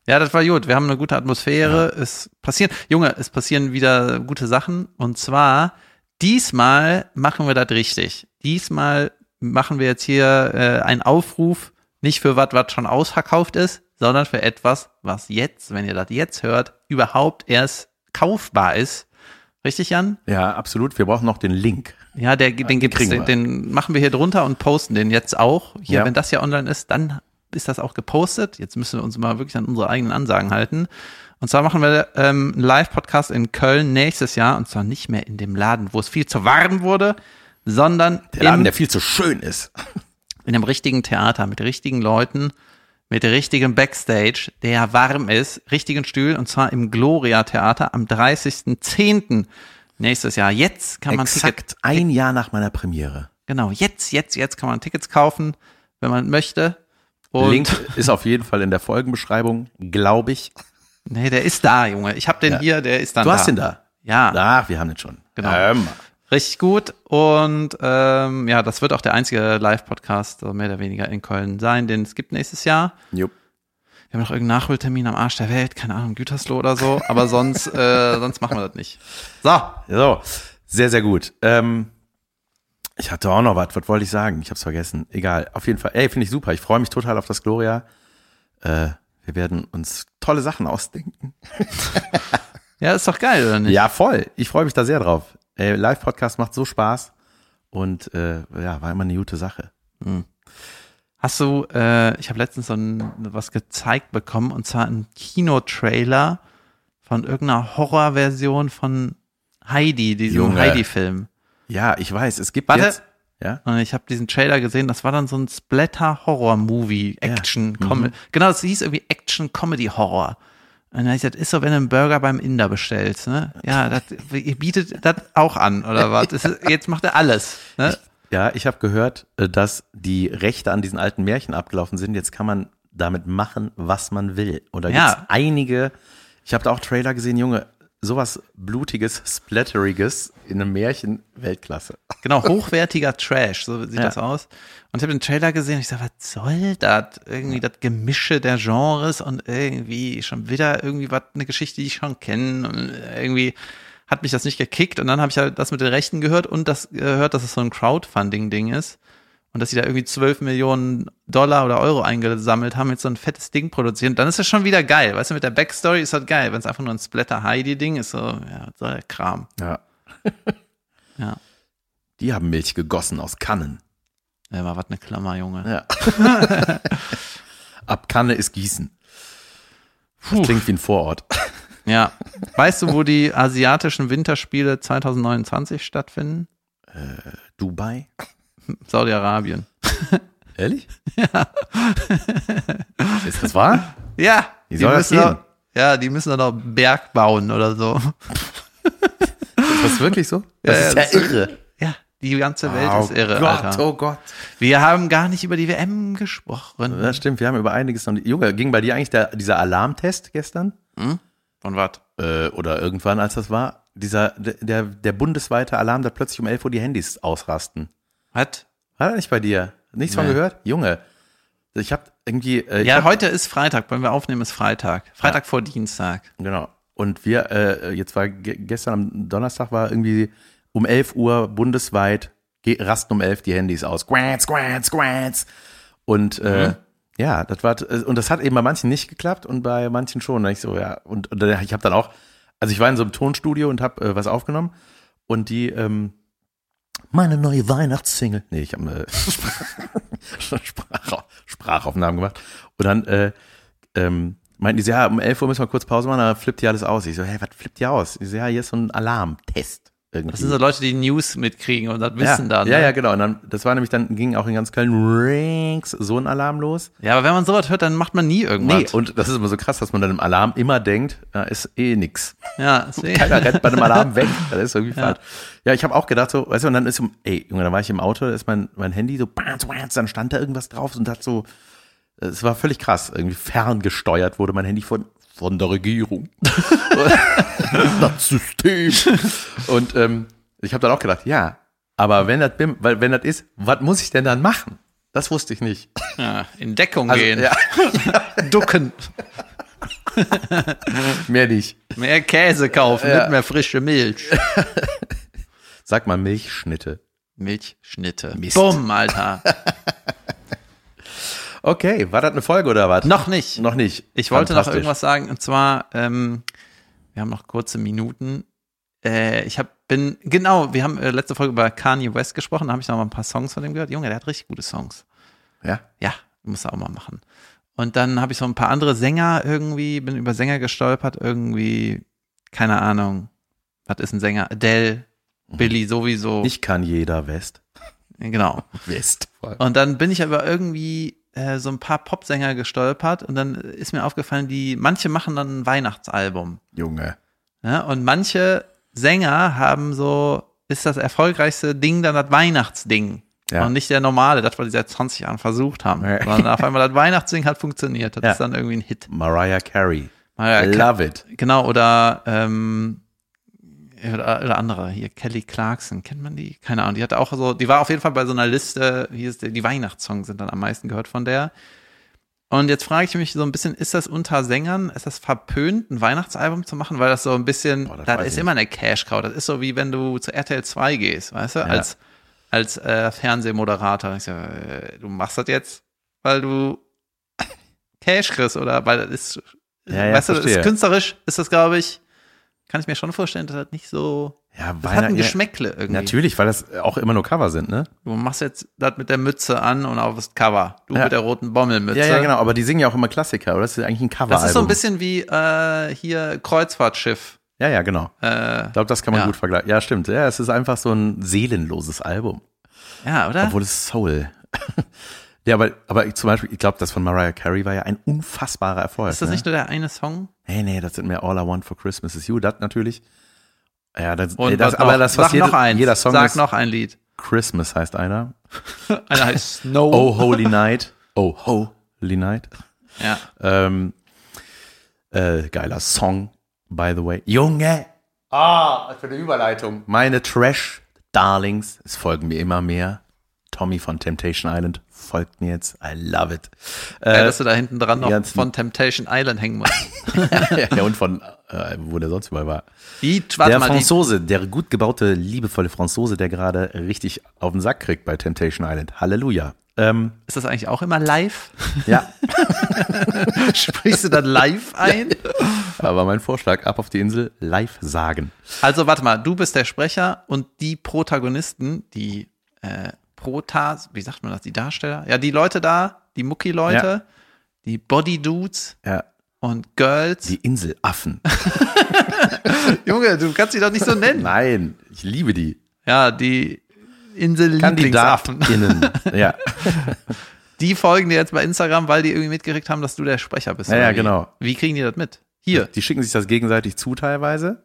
Ja, das war gut. Wir haben eine gute Atmosphäre. Es passieren, Junge, es passieren wieder gute Sachen. Und zwar, diesmal machen wir das richtig. Diesmal machen wir jetzt hier äh, einen Aufruf, nicht für was, was schon ausverkauft ist, sondern für etwas, was jetzt, wenn ihr das jetzt hört, überhaupt erst kaufbar ist. Richtig, Jan?
Ja, absolut. Wir brauchen noch den Link.
Ja, der, den gibt's,
kriegen
den,
wir.
den machen wir hier drunter und posten den jetzt auch. Hier,
Ja.
wenn das ja online ist, dann ist das auch gepostet. Jetzt müssen wir uns mal wirklich an unsere eigenen Ansagen halten. Und zwar machen wir ähm, einen Live-Podcast in Köln nächstes Jahr und zwar nicht mehr in dem Laden, wo es viel zu warm wurde, sondern
Der Laden,
im,
der viel zu schön ist.
in einem richtigen Theater mit richtigen Leuten, mit richtigem Backstage, der warm ist, richtigen Stühl und zwar im Gloria Theater am 30.10. nächstes Jahr. Jetzt kann man Tickets
Exakt ein Jahr nach meiner Premiere.
Genau, jetzt, jetzt, jetzt kann man Tickets kaufen, wenn man möchte. Und
Link ist auf jeden Fall in der Folgenbeschreibung, glaube ich.
nee, der ist da, Junge. Ich hab den
Ja.
hier, der ist dann
Du
da.
hast ihn da.
Ja,
Ach, Ah, wir haben den schon.
Genau.
Ähm,
richtig gut. Und ähm, ja, das wird auch der einzige Live-Podcast, so mehr oder weniger in Köln sein, den es gibt nächstes Jahr.
jupp.
Wir haben noch irgendeinen Nachholtermin am Arsch der Welt, keine Ahnung, Gütersloh oder so. Aber sonst, äh, sonst machen wir das nicht.
So, so. Sehr, sehr gut. Ähm, ich hatte auch noch was. Was wollte ich sagen? Ich habe es vergessen. Egal. Auf jeden Fall. Ey, finde ich super. Ich freue mich total auf das Gloria. Äh, wir werden uns tolle Sachen ausdenken.
Ja, ist doch geil, oder nicht?
Ja, voll. Ich freue mich da sehr drauf. Ey, Live-Podcast macht so Spaß. Und äh, ja, war immer eine gute Sache.
Hast du, äh, ich habe letztens so ein, was gezeigt bekommen, und zwar einen Kinotrailer von irgendeiner Horrorversion von Heidi, diesem
Junge.
Heidi-Film.
Ja, ich weiß. Es gibt
Warte.
jetzt. Ja.
Und ich habe diesen Trailer gesehen, das war dann so ein Splatter-Horror-Movie, Action, Comedy. Genau, das hieß irgendwie Action-Comedy-Horror. Und dann hab ich gesagt, ist so, wenn du einen Burger beim Inder bestellst, ne? Ja, das, ihr bietet das auch an, oder was? Das ist, jetzt macht er alles, ne?
Ja, ich habe gehört, äh, dass die Rechte an diesen alten Märchen abgelaufen sind. Jetzt kann man damit machen, was man will. Und da
Ja.
gibt's einige. Ich habe da auch Trailer gesehen, Junge. Sowas blutiges, splatteriges in einem Märchen Weltklasse.
Genau, hochwertiger Trash, so sieht
Ja.
das aus. Und ich habe den Trailer gesehen und ich sage, was soll das? Irgendwie das Gemische der Genres und irgendwie schon wieder irgendwie was, eine Geschichte, die ich schon kenne und irgendwie hat mich das nicht gekickt und dann habe ich halt das mit den Rechten gehört und das äh, gehört, dass es so ein Crowdfunding-Ding ist und dass sie da irgendwie 12 Millionen Dollar oder Euro eingesammelt haben, jetzt so ein fettes Ding produzieren, dann ist das schon wieder geil. Weißt du, mit der Backstory ist das geil. Wenn es einfach nur ein Splatter-Heidi-Ding ist, so, ja, was soll der Kram.
Ja.
Ja.
Die haben Milch gegossen aus Kannen.
Ja, mal was eine Klammer, Junge.
Ja. Ab Kanne ist Gießen. Das
Puh.
klingt wie ein Vorort.
Ja. Weißt du, wo die asiatischen Winterspiele 2029 stattfinden?
Dubai?
Saudi-Arabien.
Ehrlich? Ja. Ist das wahr?
Ja.
Wie soll das
müssen
gehen?
doch- Ja, die müssen dann auch einen Berg bauen oder so.
Ist das wirklich so?
Ja, ja, das-
irre.
Ja, die ganze Welt ist irre,
Gott,
Alter.
oh Gott.
Wir haben gar nicht über die WM gesprochen.
Das stimmt, wir haben über einiges noch. nicht- Junge, ging bei dir eigentlich der, dieser Alarmtest gestern?
Von was?
Äh, oder irgendwann, als das war? Dieser, der- der, der bundesweite Alarm, dass plötzlich um 11 Uhr die Handys ausrasten.
Was?
War das nicht bei dir? Nichts von
Nee.
gehört? Junge, ich hab irgendwie. Äh, ich
Ja,
hab,
heute ist Freitag. Wenn wir aufnehmen, ist Freitag. Freitag vor Dienstag.
Genau. Und wir, äh, jetzt war ge gestern am Donnerstag war irgendwie um 11 Uhr bundesweit, ge- rasten um 11 die Handys aus. Squats, squats, squats. Und
Mhm.
äh, ja, das war, äh, und das hat eben bei manchen nicht geklappt und bei manchen schon. Und ich so, ja, und, und dann- ich habe dann auch, also ich war in so einem Tonstudio und habe äh, was aufgenommen und die, ähm, meine neue Weihnachtssingle. Nee, ich habe eine Sprach Sprachaufnahmen gemacht. Und dann äh, ähm, meinten die so, ja, um 11 Uhr müssen wir kurz Pause machen, dann flippt hier alles aus. Ich so, hä, was flippt hier aus? Ich so, ja, hier ist so ein Alarmtest. Irgendwie.
Das sind so Leute, die News mitkriegen und das
ja,
wissen dann.
Ja,
ne?
ja, genau. Und dann, das war nämlich dann, ging auch in ganz Köln rings so ein Alarm los.
ja, aber wenn man sowas hört, dann macht man nie
Nee,
irgendwas.
und das ist immer so krass, dass man dann im Alarm immer denkt, da ist eh nix.
ja, deswegen.
Keiner rennt bei einem Alarm weg. Das ist irgendwie falsch. Ja, ich habe auch gedacht, so, weißt du, und dann ist um, ey, Junge, dann war ich im Auto, da ist mein, mein Handy so, bats, bats, dann stand da irgendwas drauf und hat so, es war völlig krass. Irgendwie ferngesteuert wurde mein Handy von, von der Regierung. das System. Und ähm, ich habe dann auch gedacht, ja, aber wenn das, bin- weil wenn das ist, was muss ich denn dann machen? Das wusste ich nicht.
Ja, in Deckung
Also,
gehen.
ja.
Ducken.
Mehr nicht.
Mehr Käse kaufen, nicht mehr frische Milch.
Sag mal Milchschnitte.
Milchschnitte.
Mist.
Bumm, Alter.
Okay, war das eine Folge oder was?
Noch nicht.
Noch nicht.
Ich wollte noch
Fantastisch.
irgendwas sagen und zwar, ähm, wir haben noch kurze Minuten. Äh, ich hab, bin, genau, wir haben äh, letzte Folge über Kanye West gesprochen, da habe ich noch mal ein paar Songs von dem gehört. Junge, der hat richtig gute Songs.
Ja.
Ja, muss er auch mal machen. Und dann habe ich so ein paar andere Sänger irgendwie, bin über Sänger gestolpert, irgendwie, keine Ahnung, was ist ein Sänger? Adele, Billy sowieso.
Mhm. Nicht kann jeder West.
genau.
West.
Und dann bin ich aber irgendwie äh, so ein paar Popsänger gestolpert und dann ist mir aufgefallen, die manche machen dann ein Weihnachtsalbum.
Junge.
Ja? Und manche Sänger haben so, ist das erfolgreichste Ding dann das Weihnachtsding.
Ja.
Und nicht der normale, das, was die seit 20 Jahren versucht haben.
Ja.
Sondern auf einmal das Weihnachtsding hat funktioniert. Das
Ja.
ist dann irgendwie ein Hit.
Mariah Carey.
Mariah Carey.
Love it.
Genau, oder, ähm, oder, oder andere. Hier, Kelly Clarkson, kennt man die? Keine Ahnung. Die hatte auch so, die war auf jeden Fall bei so einer Liste, hier ist die, die Weihnachtssongs sind dann am meisten gehört von der. Und jetzt frage ich mich so ein bisschen, ist das unter Sängern, ist das verpönt, ein Weihnachtsalbum zu machen? Weil das so ein bisschen,
Boah, das
da
weiß
ist
ich
immer eine Cash-Cow. Das ist so wie wenn du zu RTL 2 gehst, weißt du,
Ja.
als, als äh, Fernsehmoderator. Ich so, äh, du machst das jetzt, weil du Cash kriegst oder weil das ist
Ja, ja,
weißt du, das ist
verstehe.
künstlerisch ist das, glaube ich, kann ich mir schon vorstellen, dass das nicht so.
Ja,
Das hat ein
Weihnachten. Ja,
Geschmäckle irgendwie.
natürlich, weil das auch immer nur Cover sind, ne?
Du machst jetzt das mit der Mütze an und auf das Cover. Du
Ja.
mit der roten Bommelmütze.
Ja, ja, genau. Aber die singen ja auch immer Klassiker, oder? Das ist eigentlich ein Cover.
Das ist so ein bisschen wie äh, hier Kreuzfahrtschiff.
Ja, ja, genau.
Äh,
Ich glaube, das kann man
Ja.
gut vergleichen. Ja, stimmt. Ja, es ist einfach so ein seelenloses Album.
ja, oder?
Obwohl es Soul. ja, aber, aber zum Beispiel, ich glaube, das von Mariah Carey war ja ein unfassbarer Erfolg.
ist das
ne?
nicht nur der eine Song?
Nee, nee, das sind mehr All I Want for Christmas is You, das natürlich. Ja, das,
Und
ey, das
was
aber
noch?
das
Sag
was jede,
noch eins.
jeder Song
Sag
ist Äh,
noch ein Lied.
Christmas heißt einer.
Einer heißt Snow.
Oh Holy Night. Oh Holy Night.
Ja.
Ähm, äh, geiler Song, by the way. Junge! Ah, für eine Überleitung. Meine Trash Darlings, es folgen mir immer mehr. Tommy von Temptation Island folgt mir jetzt. I love it.
Geil,
Äh,
dass du da hinten dran noch
ganzen-
von Temptation Island hängen musst.
ja, und von, äh, wo der sonst überall war.
Die, warte
der
mal, die,
Franzose, der gut gebaute, liebevolle Franzose, der gerade richtig auf den Sack kriegt bei Temptation Island. Halleluja. Ähm,
ist das eigentlich auch immer live?
ja,
Sprichst du dann live ein?
aber mein Vorschlag, ab auf die Insel, live sagen.
Also warte mal, du bist der Sprecher und die Protagonisten, die äh, Protas, wie sagt man das, die Darsteller? Ja, die Leute da, die Mucki-Leute, die Body-Dudes
Ja,
und Girls.
die Inselaffen.
Junge, du kannst sie doch nicht so nennen.
Nein, ich liebe die.
ja, die Insel-Lieblingsaffen.
Kandidatinnen. Ja,
Die folgen dir jetzt bei Instagram, weil die irgendwie mitgekriegt haben, dass du der Sprecher bist.
Ja,
oder
ja,
wie?
genau.
Wie kriegen die das mit? Hier.
die schicken sich das gegenseitig zu teilweise.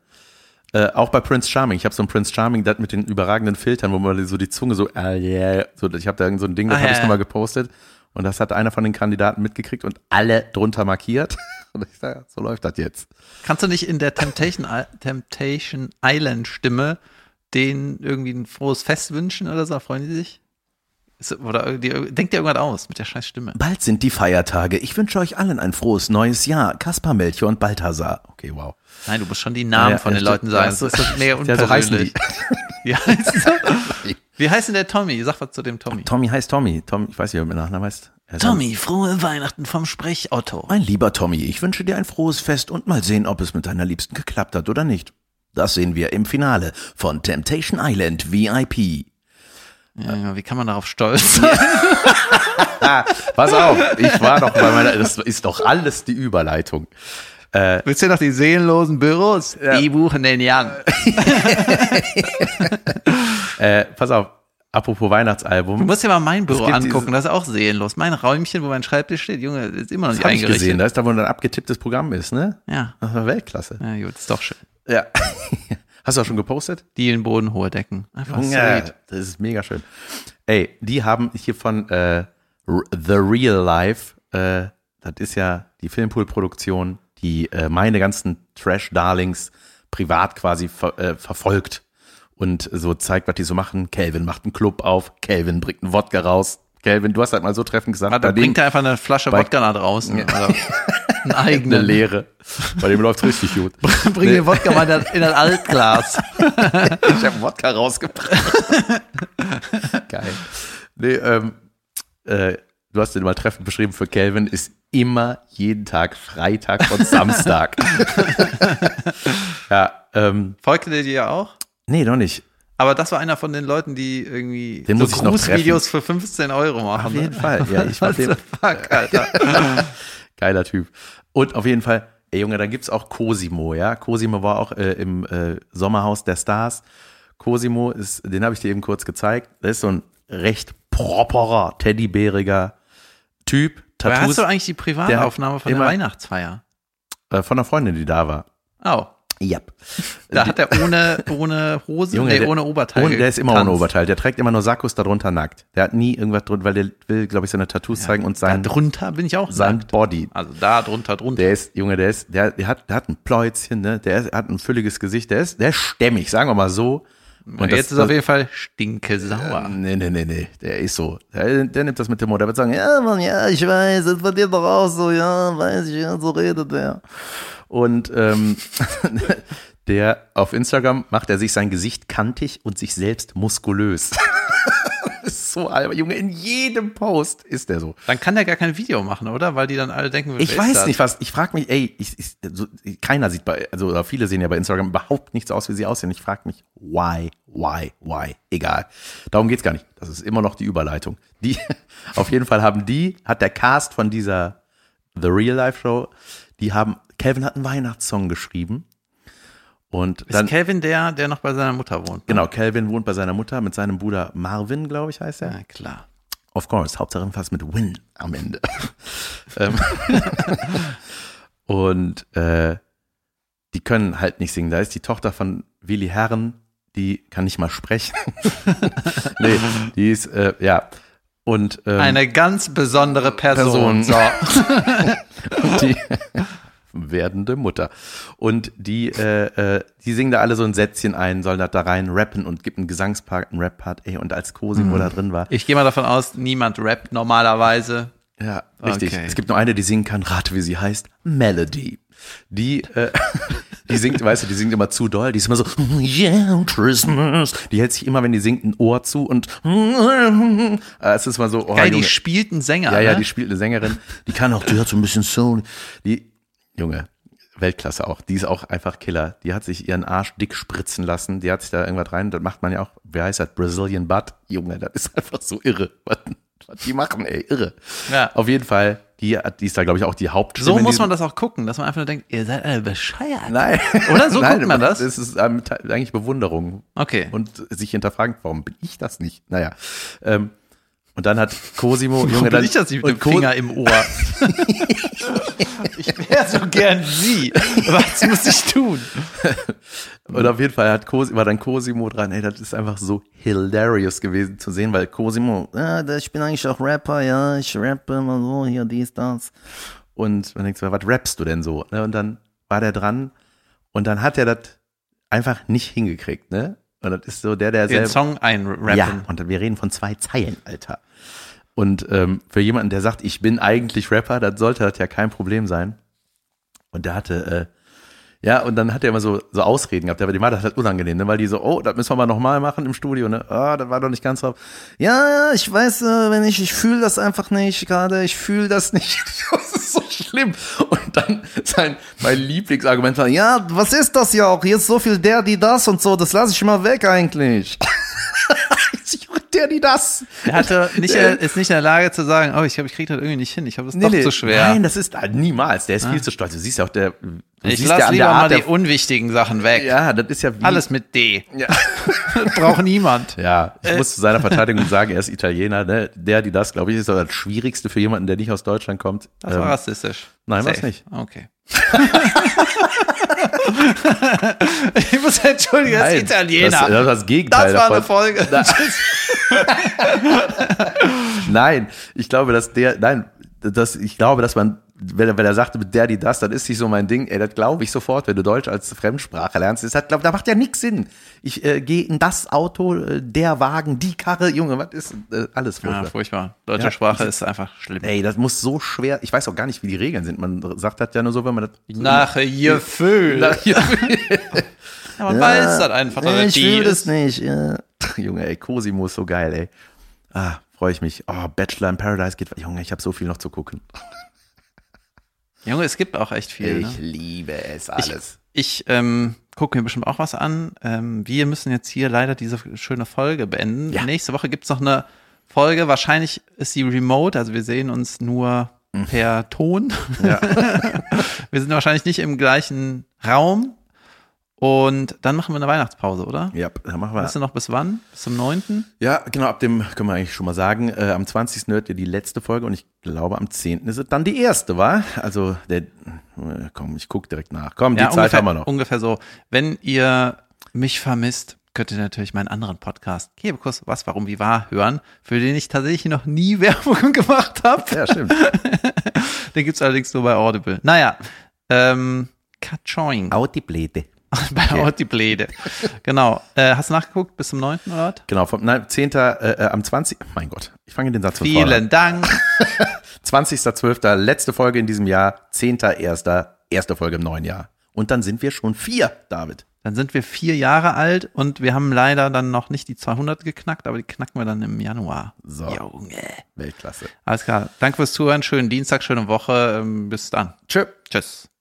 Äh, auch bei Prince Charming. Ich habe so ein Prince Charming, das mit den überragenden Filtern, wo man so die Zunge so, äh, yeah, so ich habe da irgend so ein Ding, das
Ah,
habe
ja,
ich
ja.
nochmal gepostet. Und das hat einer von den Kandidaten mitgekriegt und alle drunter markiert. Und ich sage, so läuft das jetzt.
Kannst du nicht in der Temptation, Temptation Island Stimme denen irgendwie ein frohes Fest wünschen oder so? Freuen die sich? Ist, oder irgendwie- denkt dir irgendwas aus mit der scheiß Stimme?
Bald sind die Feiertage. Ich wünsche euch allen ein frohes neues Jahr. Kaspar, Melchior und Balthasar. Okay, wow.
Nein, du musst schon die Namen
Ja, ja,
von
ja,
den
stimmt.
Leuten sagen.
Ja,
das ist das mega
ja, so heißen die.
unpersönlich. Wie heißt der? Wie heißt denn der Tommy? Sag was zu dem Tommy.
Tommy heißt Tommy. Tom, ich weiß nicht, ob er mit Nachnamen heißt. Er ist
frohe Weihnachten vom Sprechotto.
Mein lieber Tommy, ich wünsche dir ein frohes Fest und mal sehen, ob es mit deiner Liebsten geklappt hat oder nicht. Das sehen wir im Finale von Temptation Island VIP.
Ja, wie kann man darauf stolz sein?
Ah, Pass auf, ich war doch bei meiner, das ist doch alles die Überleitung.
Willst du noch die seelenlosen Büros? Die buchen den Jan.
Äh, pass auf, apropos
Du
Weihnachtsalbum.
musst dir mal mein Büro
Es gibt
angucken,
diese-
das ist auch seelenlos. Mein Räumchen, wo mein Schreibtisch steht, Junge, ist immer noch nicht
Hab ich
eingerichtet.
gesehen, da ist da, wo ein abgetipptes Programm ist, ne?
Ja.
Das war Weltklasse.
ja, gut, ist doch schön.
Ja. Hast du auch schon gepostet?
Dielenboden, hohe Decken. Einfach
Ja,
sweet.
das ist mega schön. Ey, die haben hier von äh, R- The Real Life, äh, das ist ja die Filmpool-Produktion, die äh, meine ganzen Trash-Darlings privat quasi ver äh, verfolgt und so zeigt, was die so machen. Calvin macht einen Club auf, Calvin bringt einen Wodka raus, Kelvin, du hast halt mal so treffend gesagt,
Ah, Da bringt er einfach eine Flasche
bei-
Wodka nach draußen. Oder einen eigenen.
eine Leere. Bei dem läuft richtig gut.
Bring den Wodka mal in das- in das Altglas.
Ich habe Wodka rausgebracht. Geil. Nee, ähm, äh, du hast den mal treffend beschrieben. Für Calvin ist immer jeden Tag Freitag und Samstag. ja, ähm,
Folgte der dir auch?
nee, noch nicht.
Aber das war einer von den Leuten, die irgendwie
Den muss ich noch treffen.
Grußvideos für 15 Euro machen. ne?
Auf jeden Fall. Ja, ich mach
What the
den.
fuck, Alter.
Geiler Typ. Und auf jeden Fall, ey Junge, dann gibt's auch Cosimo, ja. Cosimo war auch äh, im äh, Sommerhaus der Stars. Cosimo ist, den habe ich dir eben kurz gezeigt. Der ist so ein recht properer, teddybäriger Typ.
Woher hast
Tattoos
du eigentlich die Privataufnahme von der
immer-
Weihnachtsfeier?
äh, von einer Freundin, die da war.
Oh,
Ja. Yep.
da hat er ohne, ohne Hose,
Junge,
nee,
der-
ohne Oberteil.
der ist immer
getanzt.
ohne Oberteil. Der trägt immer nur Sakkos darunter nackt. Der hat nie irgendwas drunter, weil der will, glaube ich, seine Tattoos zeigen und
Da
sein,
drunter bin ich auch
sein
nackt.
Body.
Also da drunter, drunter.
Der ist, Junge, der ist, der, der hat, der hat ein Pläuzchen, ne? Der ist, hat ein fülliges Gesicht, der ist, der ist stämmig, sagen wir mal so. Und Ah,
Jetzt ist auf jeden Fall stinkesauer.
Nee, nee, nee, nee, der ist so. Der, der nimmt das mit dem Mund. Der wird sagen, ja, Mann, ja, ich weiß, das war dir doch auch so, ja, weiß ich, ja, so redet der. Und ähm, der auf Instagram macht er sich sein Gesicht kantig und sich selbst muskulös. das ist so albern, Junge, in jedem Post ist der so.
Dann kann der gar kein Video machen, oder? Weil die dann alle denken,
Ich
wer ist
weiß
das?
nicht was. Ich frage mich, ey, ich, ich, so, keiner sieht bei, also oder viele sehen ja bei Instagram überhaupt nichts aus, wie sie aussehen. Ich frage mich, why, why, why? Egal. Darum geht's gar nicht. Das ist immer noch die Überleitung. Die, auf jeden Fall haben die, hat der Cast von dieser The Real Life Show, die haben, Calvin hat einen Weihnachtssong geschrieben. Und
Ist
dann,
Calvin der, der noch bei seiner Mutter wohnt?
genau, Calvin wohnt bei seiner Mutter mit seinem Bruder Marvin, glaube ich, heißt er.
Na klar.
Of course, Hauptsache fast mit Win am Ende. Ähm, und äh, die können halt nicht singen. Da ist die Tochter von Willi Herren, die kann nicht mal sprechen. nee, die ist, äh, ja. Und ähm,
Eine ganz besondere Person.
Person. die werdende Mutter. Und die, äh, äh, die singen da alle so ein Sätzchen ein, sollen das da rein rappen und gibt einen Gesangspart, einen Rap-Part, ey, und als Cosimo da drin war.
Ich gehe mal davon aus, niemand rappt normalerweise.
Ja, richtig.
Okay.
Es gibt nur eine, die singen kann, rate, wie sie heißt, Melody. Die, äh, die singt, weißt du, die singt immer zu doll, die ist immer so, yeah, Christmas. Die hält sich immer, wenn die singt, ein Ohr zu und äh, es ist mal so, oh,
Geil, die
Junge.
spielt einen Sänger.
ja, ja,
ne?
die spielt eine Sängerin, die kann auch, die hat so ein bisschen Soul. Die, Junge, Weltklasse auch, die ist auch einfach Killer. Die hat sich ihren Arsch dick spritzen lassen, die hat sich da irgendwas rein, das macht man ja auch, wie heißt das, Brazilian Butt. Junge, das ist einfach so irre, was, was die machen, ey, irre.
Ja.
Auf jeden Fall, die, hat- die ist da, glaube ich, auch die Hauptstimme.
So
in
muss man
diesem-
das auch gucken, dass man einfach nur denkt, ihr seid alle bescheuert.
Nein.
Oder? So guckt man das?
Das ist ähm, te- eigentlich Bewunderung.
Okay.
Und sich hinterfragen, warum bin ich das nicht? Naja. Ähm, und dann hat Cosimo, Junge, dann,
bin ich das nicht mit
und
dem Finger im Ohr? ich wäre so gern sie. Was muss ich tun?
Mhm. Und auf jeden Fall hat Cos war dann Cosimo dran. Ey, das ist einfach so hilarious gewesen zu sehen, weil Cosimo, ja, ich bin eigentlich auch Rapper, ja, ich rappe mal so, hier, dies, das. Und man denkt so, was rappst du denn so? Ne? Und dann war der dran und dann hat er das einfach nicht hingekriegt, ne? Und das ist so der, der
Den
selber.
Song
Ja,
einrappen.
und wir reden von zwei Zeilen, Alter. Und ähm, für jemanden, der sagt, ich bin eigentlich Rapper, dann sollte das ja kein Problem sein. Und der hatte, äh, ja, und dann hat er immer so, so Ausreden gehabt, aber dem war das halt unangenehm, ne? weil die so, oh, das müssen wir mal nochmal machen im Studio, ne? Ah, das war doch nicht ganz drauf. Ja, ja, ich weiß, äh, wenn ich, ich fühle das einfach nicht gerade, ich fühle das nicht. Das ist so schlimm. Und dann sein, mein Lieblingsargument war, ja, was ist das ja auch? Hier ist so viel der, die, das und so, das lasse ich immer weg eigentlich. der, die, das. äh,
Er hatte nicht, er ist nicht in der Lage zu sagen, oh, ich glaube, ich kriege das irgendwie nicht hin. Ich habe es
Nee,
doch
nee.
zu schwer.
Nein, das ist ah, niemals. Der ist viel zu stolz. Du siehst ja auch, der. Du
ich
siehst ja
lasse
an
lieber
der
mal
Art
die
der-
unwichtigen Sachen weg.
Ja, das ist ja wie,
Alles mit D.
Ja.
Das braucht niemand.
Ja, ich muss zu seiner Verteidigung sagen, er ist Italiener. Ne? Der, die das, glaube ich, ist aber das Schwierigste für jemanden, der nicht aus Deutschland kommt. Ähm,
Das war rassistisch.
nein, war's
Safe.
nicht.
Okay. ich muss entschuldigen, er
Nein,
ist Italiener.
Das, das war das Gegenteil
Das war eine
davon.
Folge.
Nein, ich glaube, dass der, nein, dass ich glaube, dass man wenn, er- wenn er sagte, mit der, die, das, das ist nicht so mein Ding, ey, das glaube ich sofort, wenn du Deutsch als Fremdsprache lernst. Das hat, glaub, da macht ja nichts Sinn. Ich äh, gehe in das Auto, äh, der Wagen, die Karre, Junge, was ist äh,
Ja,
alles furchtbar.
Ah, furchtbar. Deutsche
Ja.
Sprache ist einfach schlimm.
Ey, das muss so schwer. Ich weiß auch gar nicht, wie die Regeln sind. Man sagt das ja nur so, wenn man das.
Nach Gefühl.
Nach-
Ja, man weiß das einfach. dass
Äh,
das
ich
die
will das
ist.
nicht. Äh. Junge, ey, Cosimo ist so geil, ey. Ah, freue ich mich. Oh, Bachelor in Paradise geht. Junge, ich habe so viel noch zu gucken.
Junge, es gibt auch echt viel.
Ich
ne?
liebe es alles.
Ich ähm, gucke mir bestimmt auch was an. Ähm, wir müssen jetzt hier leider diese schöne Folge beenden.
Ja.
Nächste Woche gibt's noch eine Folge. Wahrscheinlich ist sie remote, also wir sehen uns nur
Mhm.
per Ton. wir sind wahrscheinlich nicht im gleichen Raum. Und dann machen wir eine Weihnachtspause, oder?
ja, dann machen wir.
Weißt du noch bis wann? Bis zum 9.?
Ja, genau, ab dem können wir eigentlich schon mal sagen. Äh, am 20. hört ihr die letzte Folge und ich glaube, am 10. ist es dann die erste, war? Also, der, äh, komm, ich guck direkt nach. Komm, die Zeit
ungefähr,
haben wir noch.
Ungefähr so. Wenn ihr mich vermisst, könnt ihr natürlich meinen anderen Podcast, Kebekus, was, warum, wie, war, hören, für den ich tatsächlich noch nie Werbung gemacht habe.
Ja, stimmt.
Den gibt's allerdings nur bei Audible. Naja, ähm, Kachoing.
Out die Bläte.
Bei Audible. genau. Äh, hast du nachgeguckt bis zum 9. oder was?
Genau, vom, nein, 10. Äh, äh, am 20. Mein Gott, ich fange den Satz von vorne an.
Vielen Dank.
20.12. letzte Folge in diesem Jahr, 10.1. erste Folge im neuen Jahr. Und dann sind wir schon vier, David.
Dann sind wir vier Jahre alt und wir haben leider dann noch nicht die 200 geknackt, aber die knacken wir dann im Januar.
So.
Junge.
Weltklasse.
Alles klar. Danke fürs Zuhören. Schönen Dienstag, schöne Woche. Ähm, Bis dann.
Tschö.
Tschüss.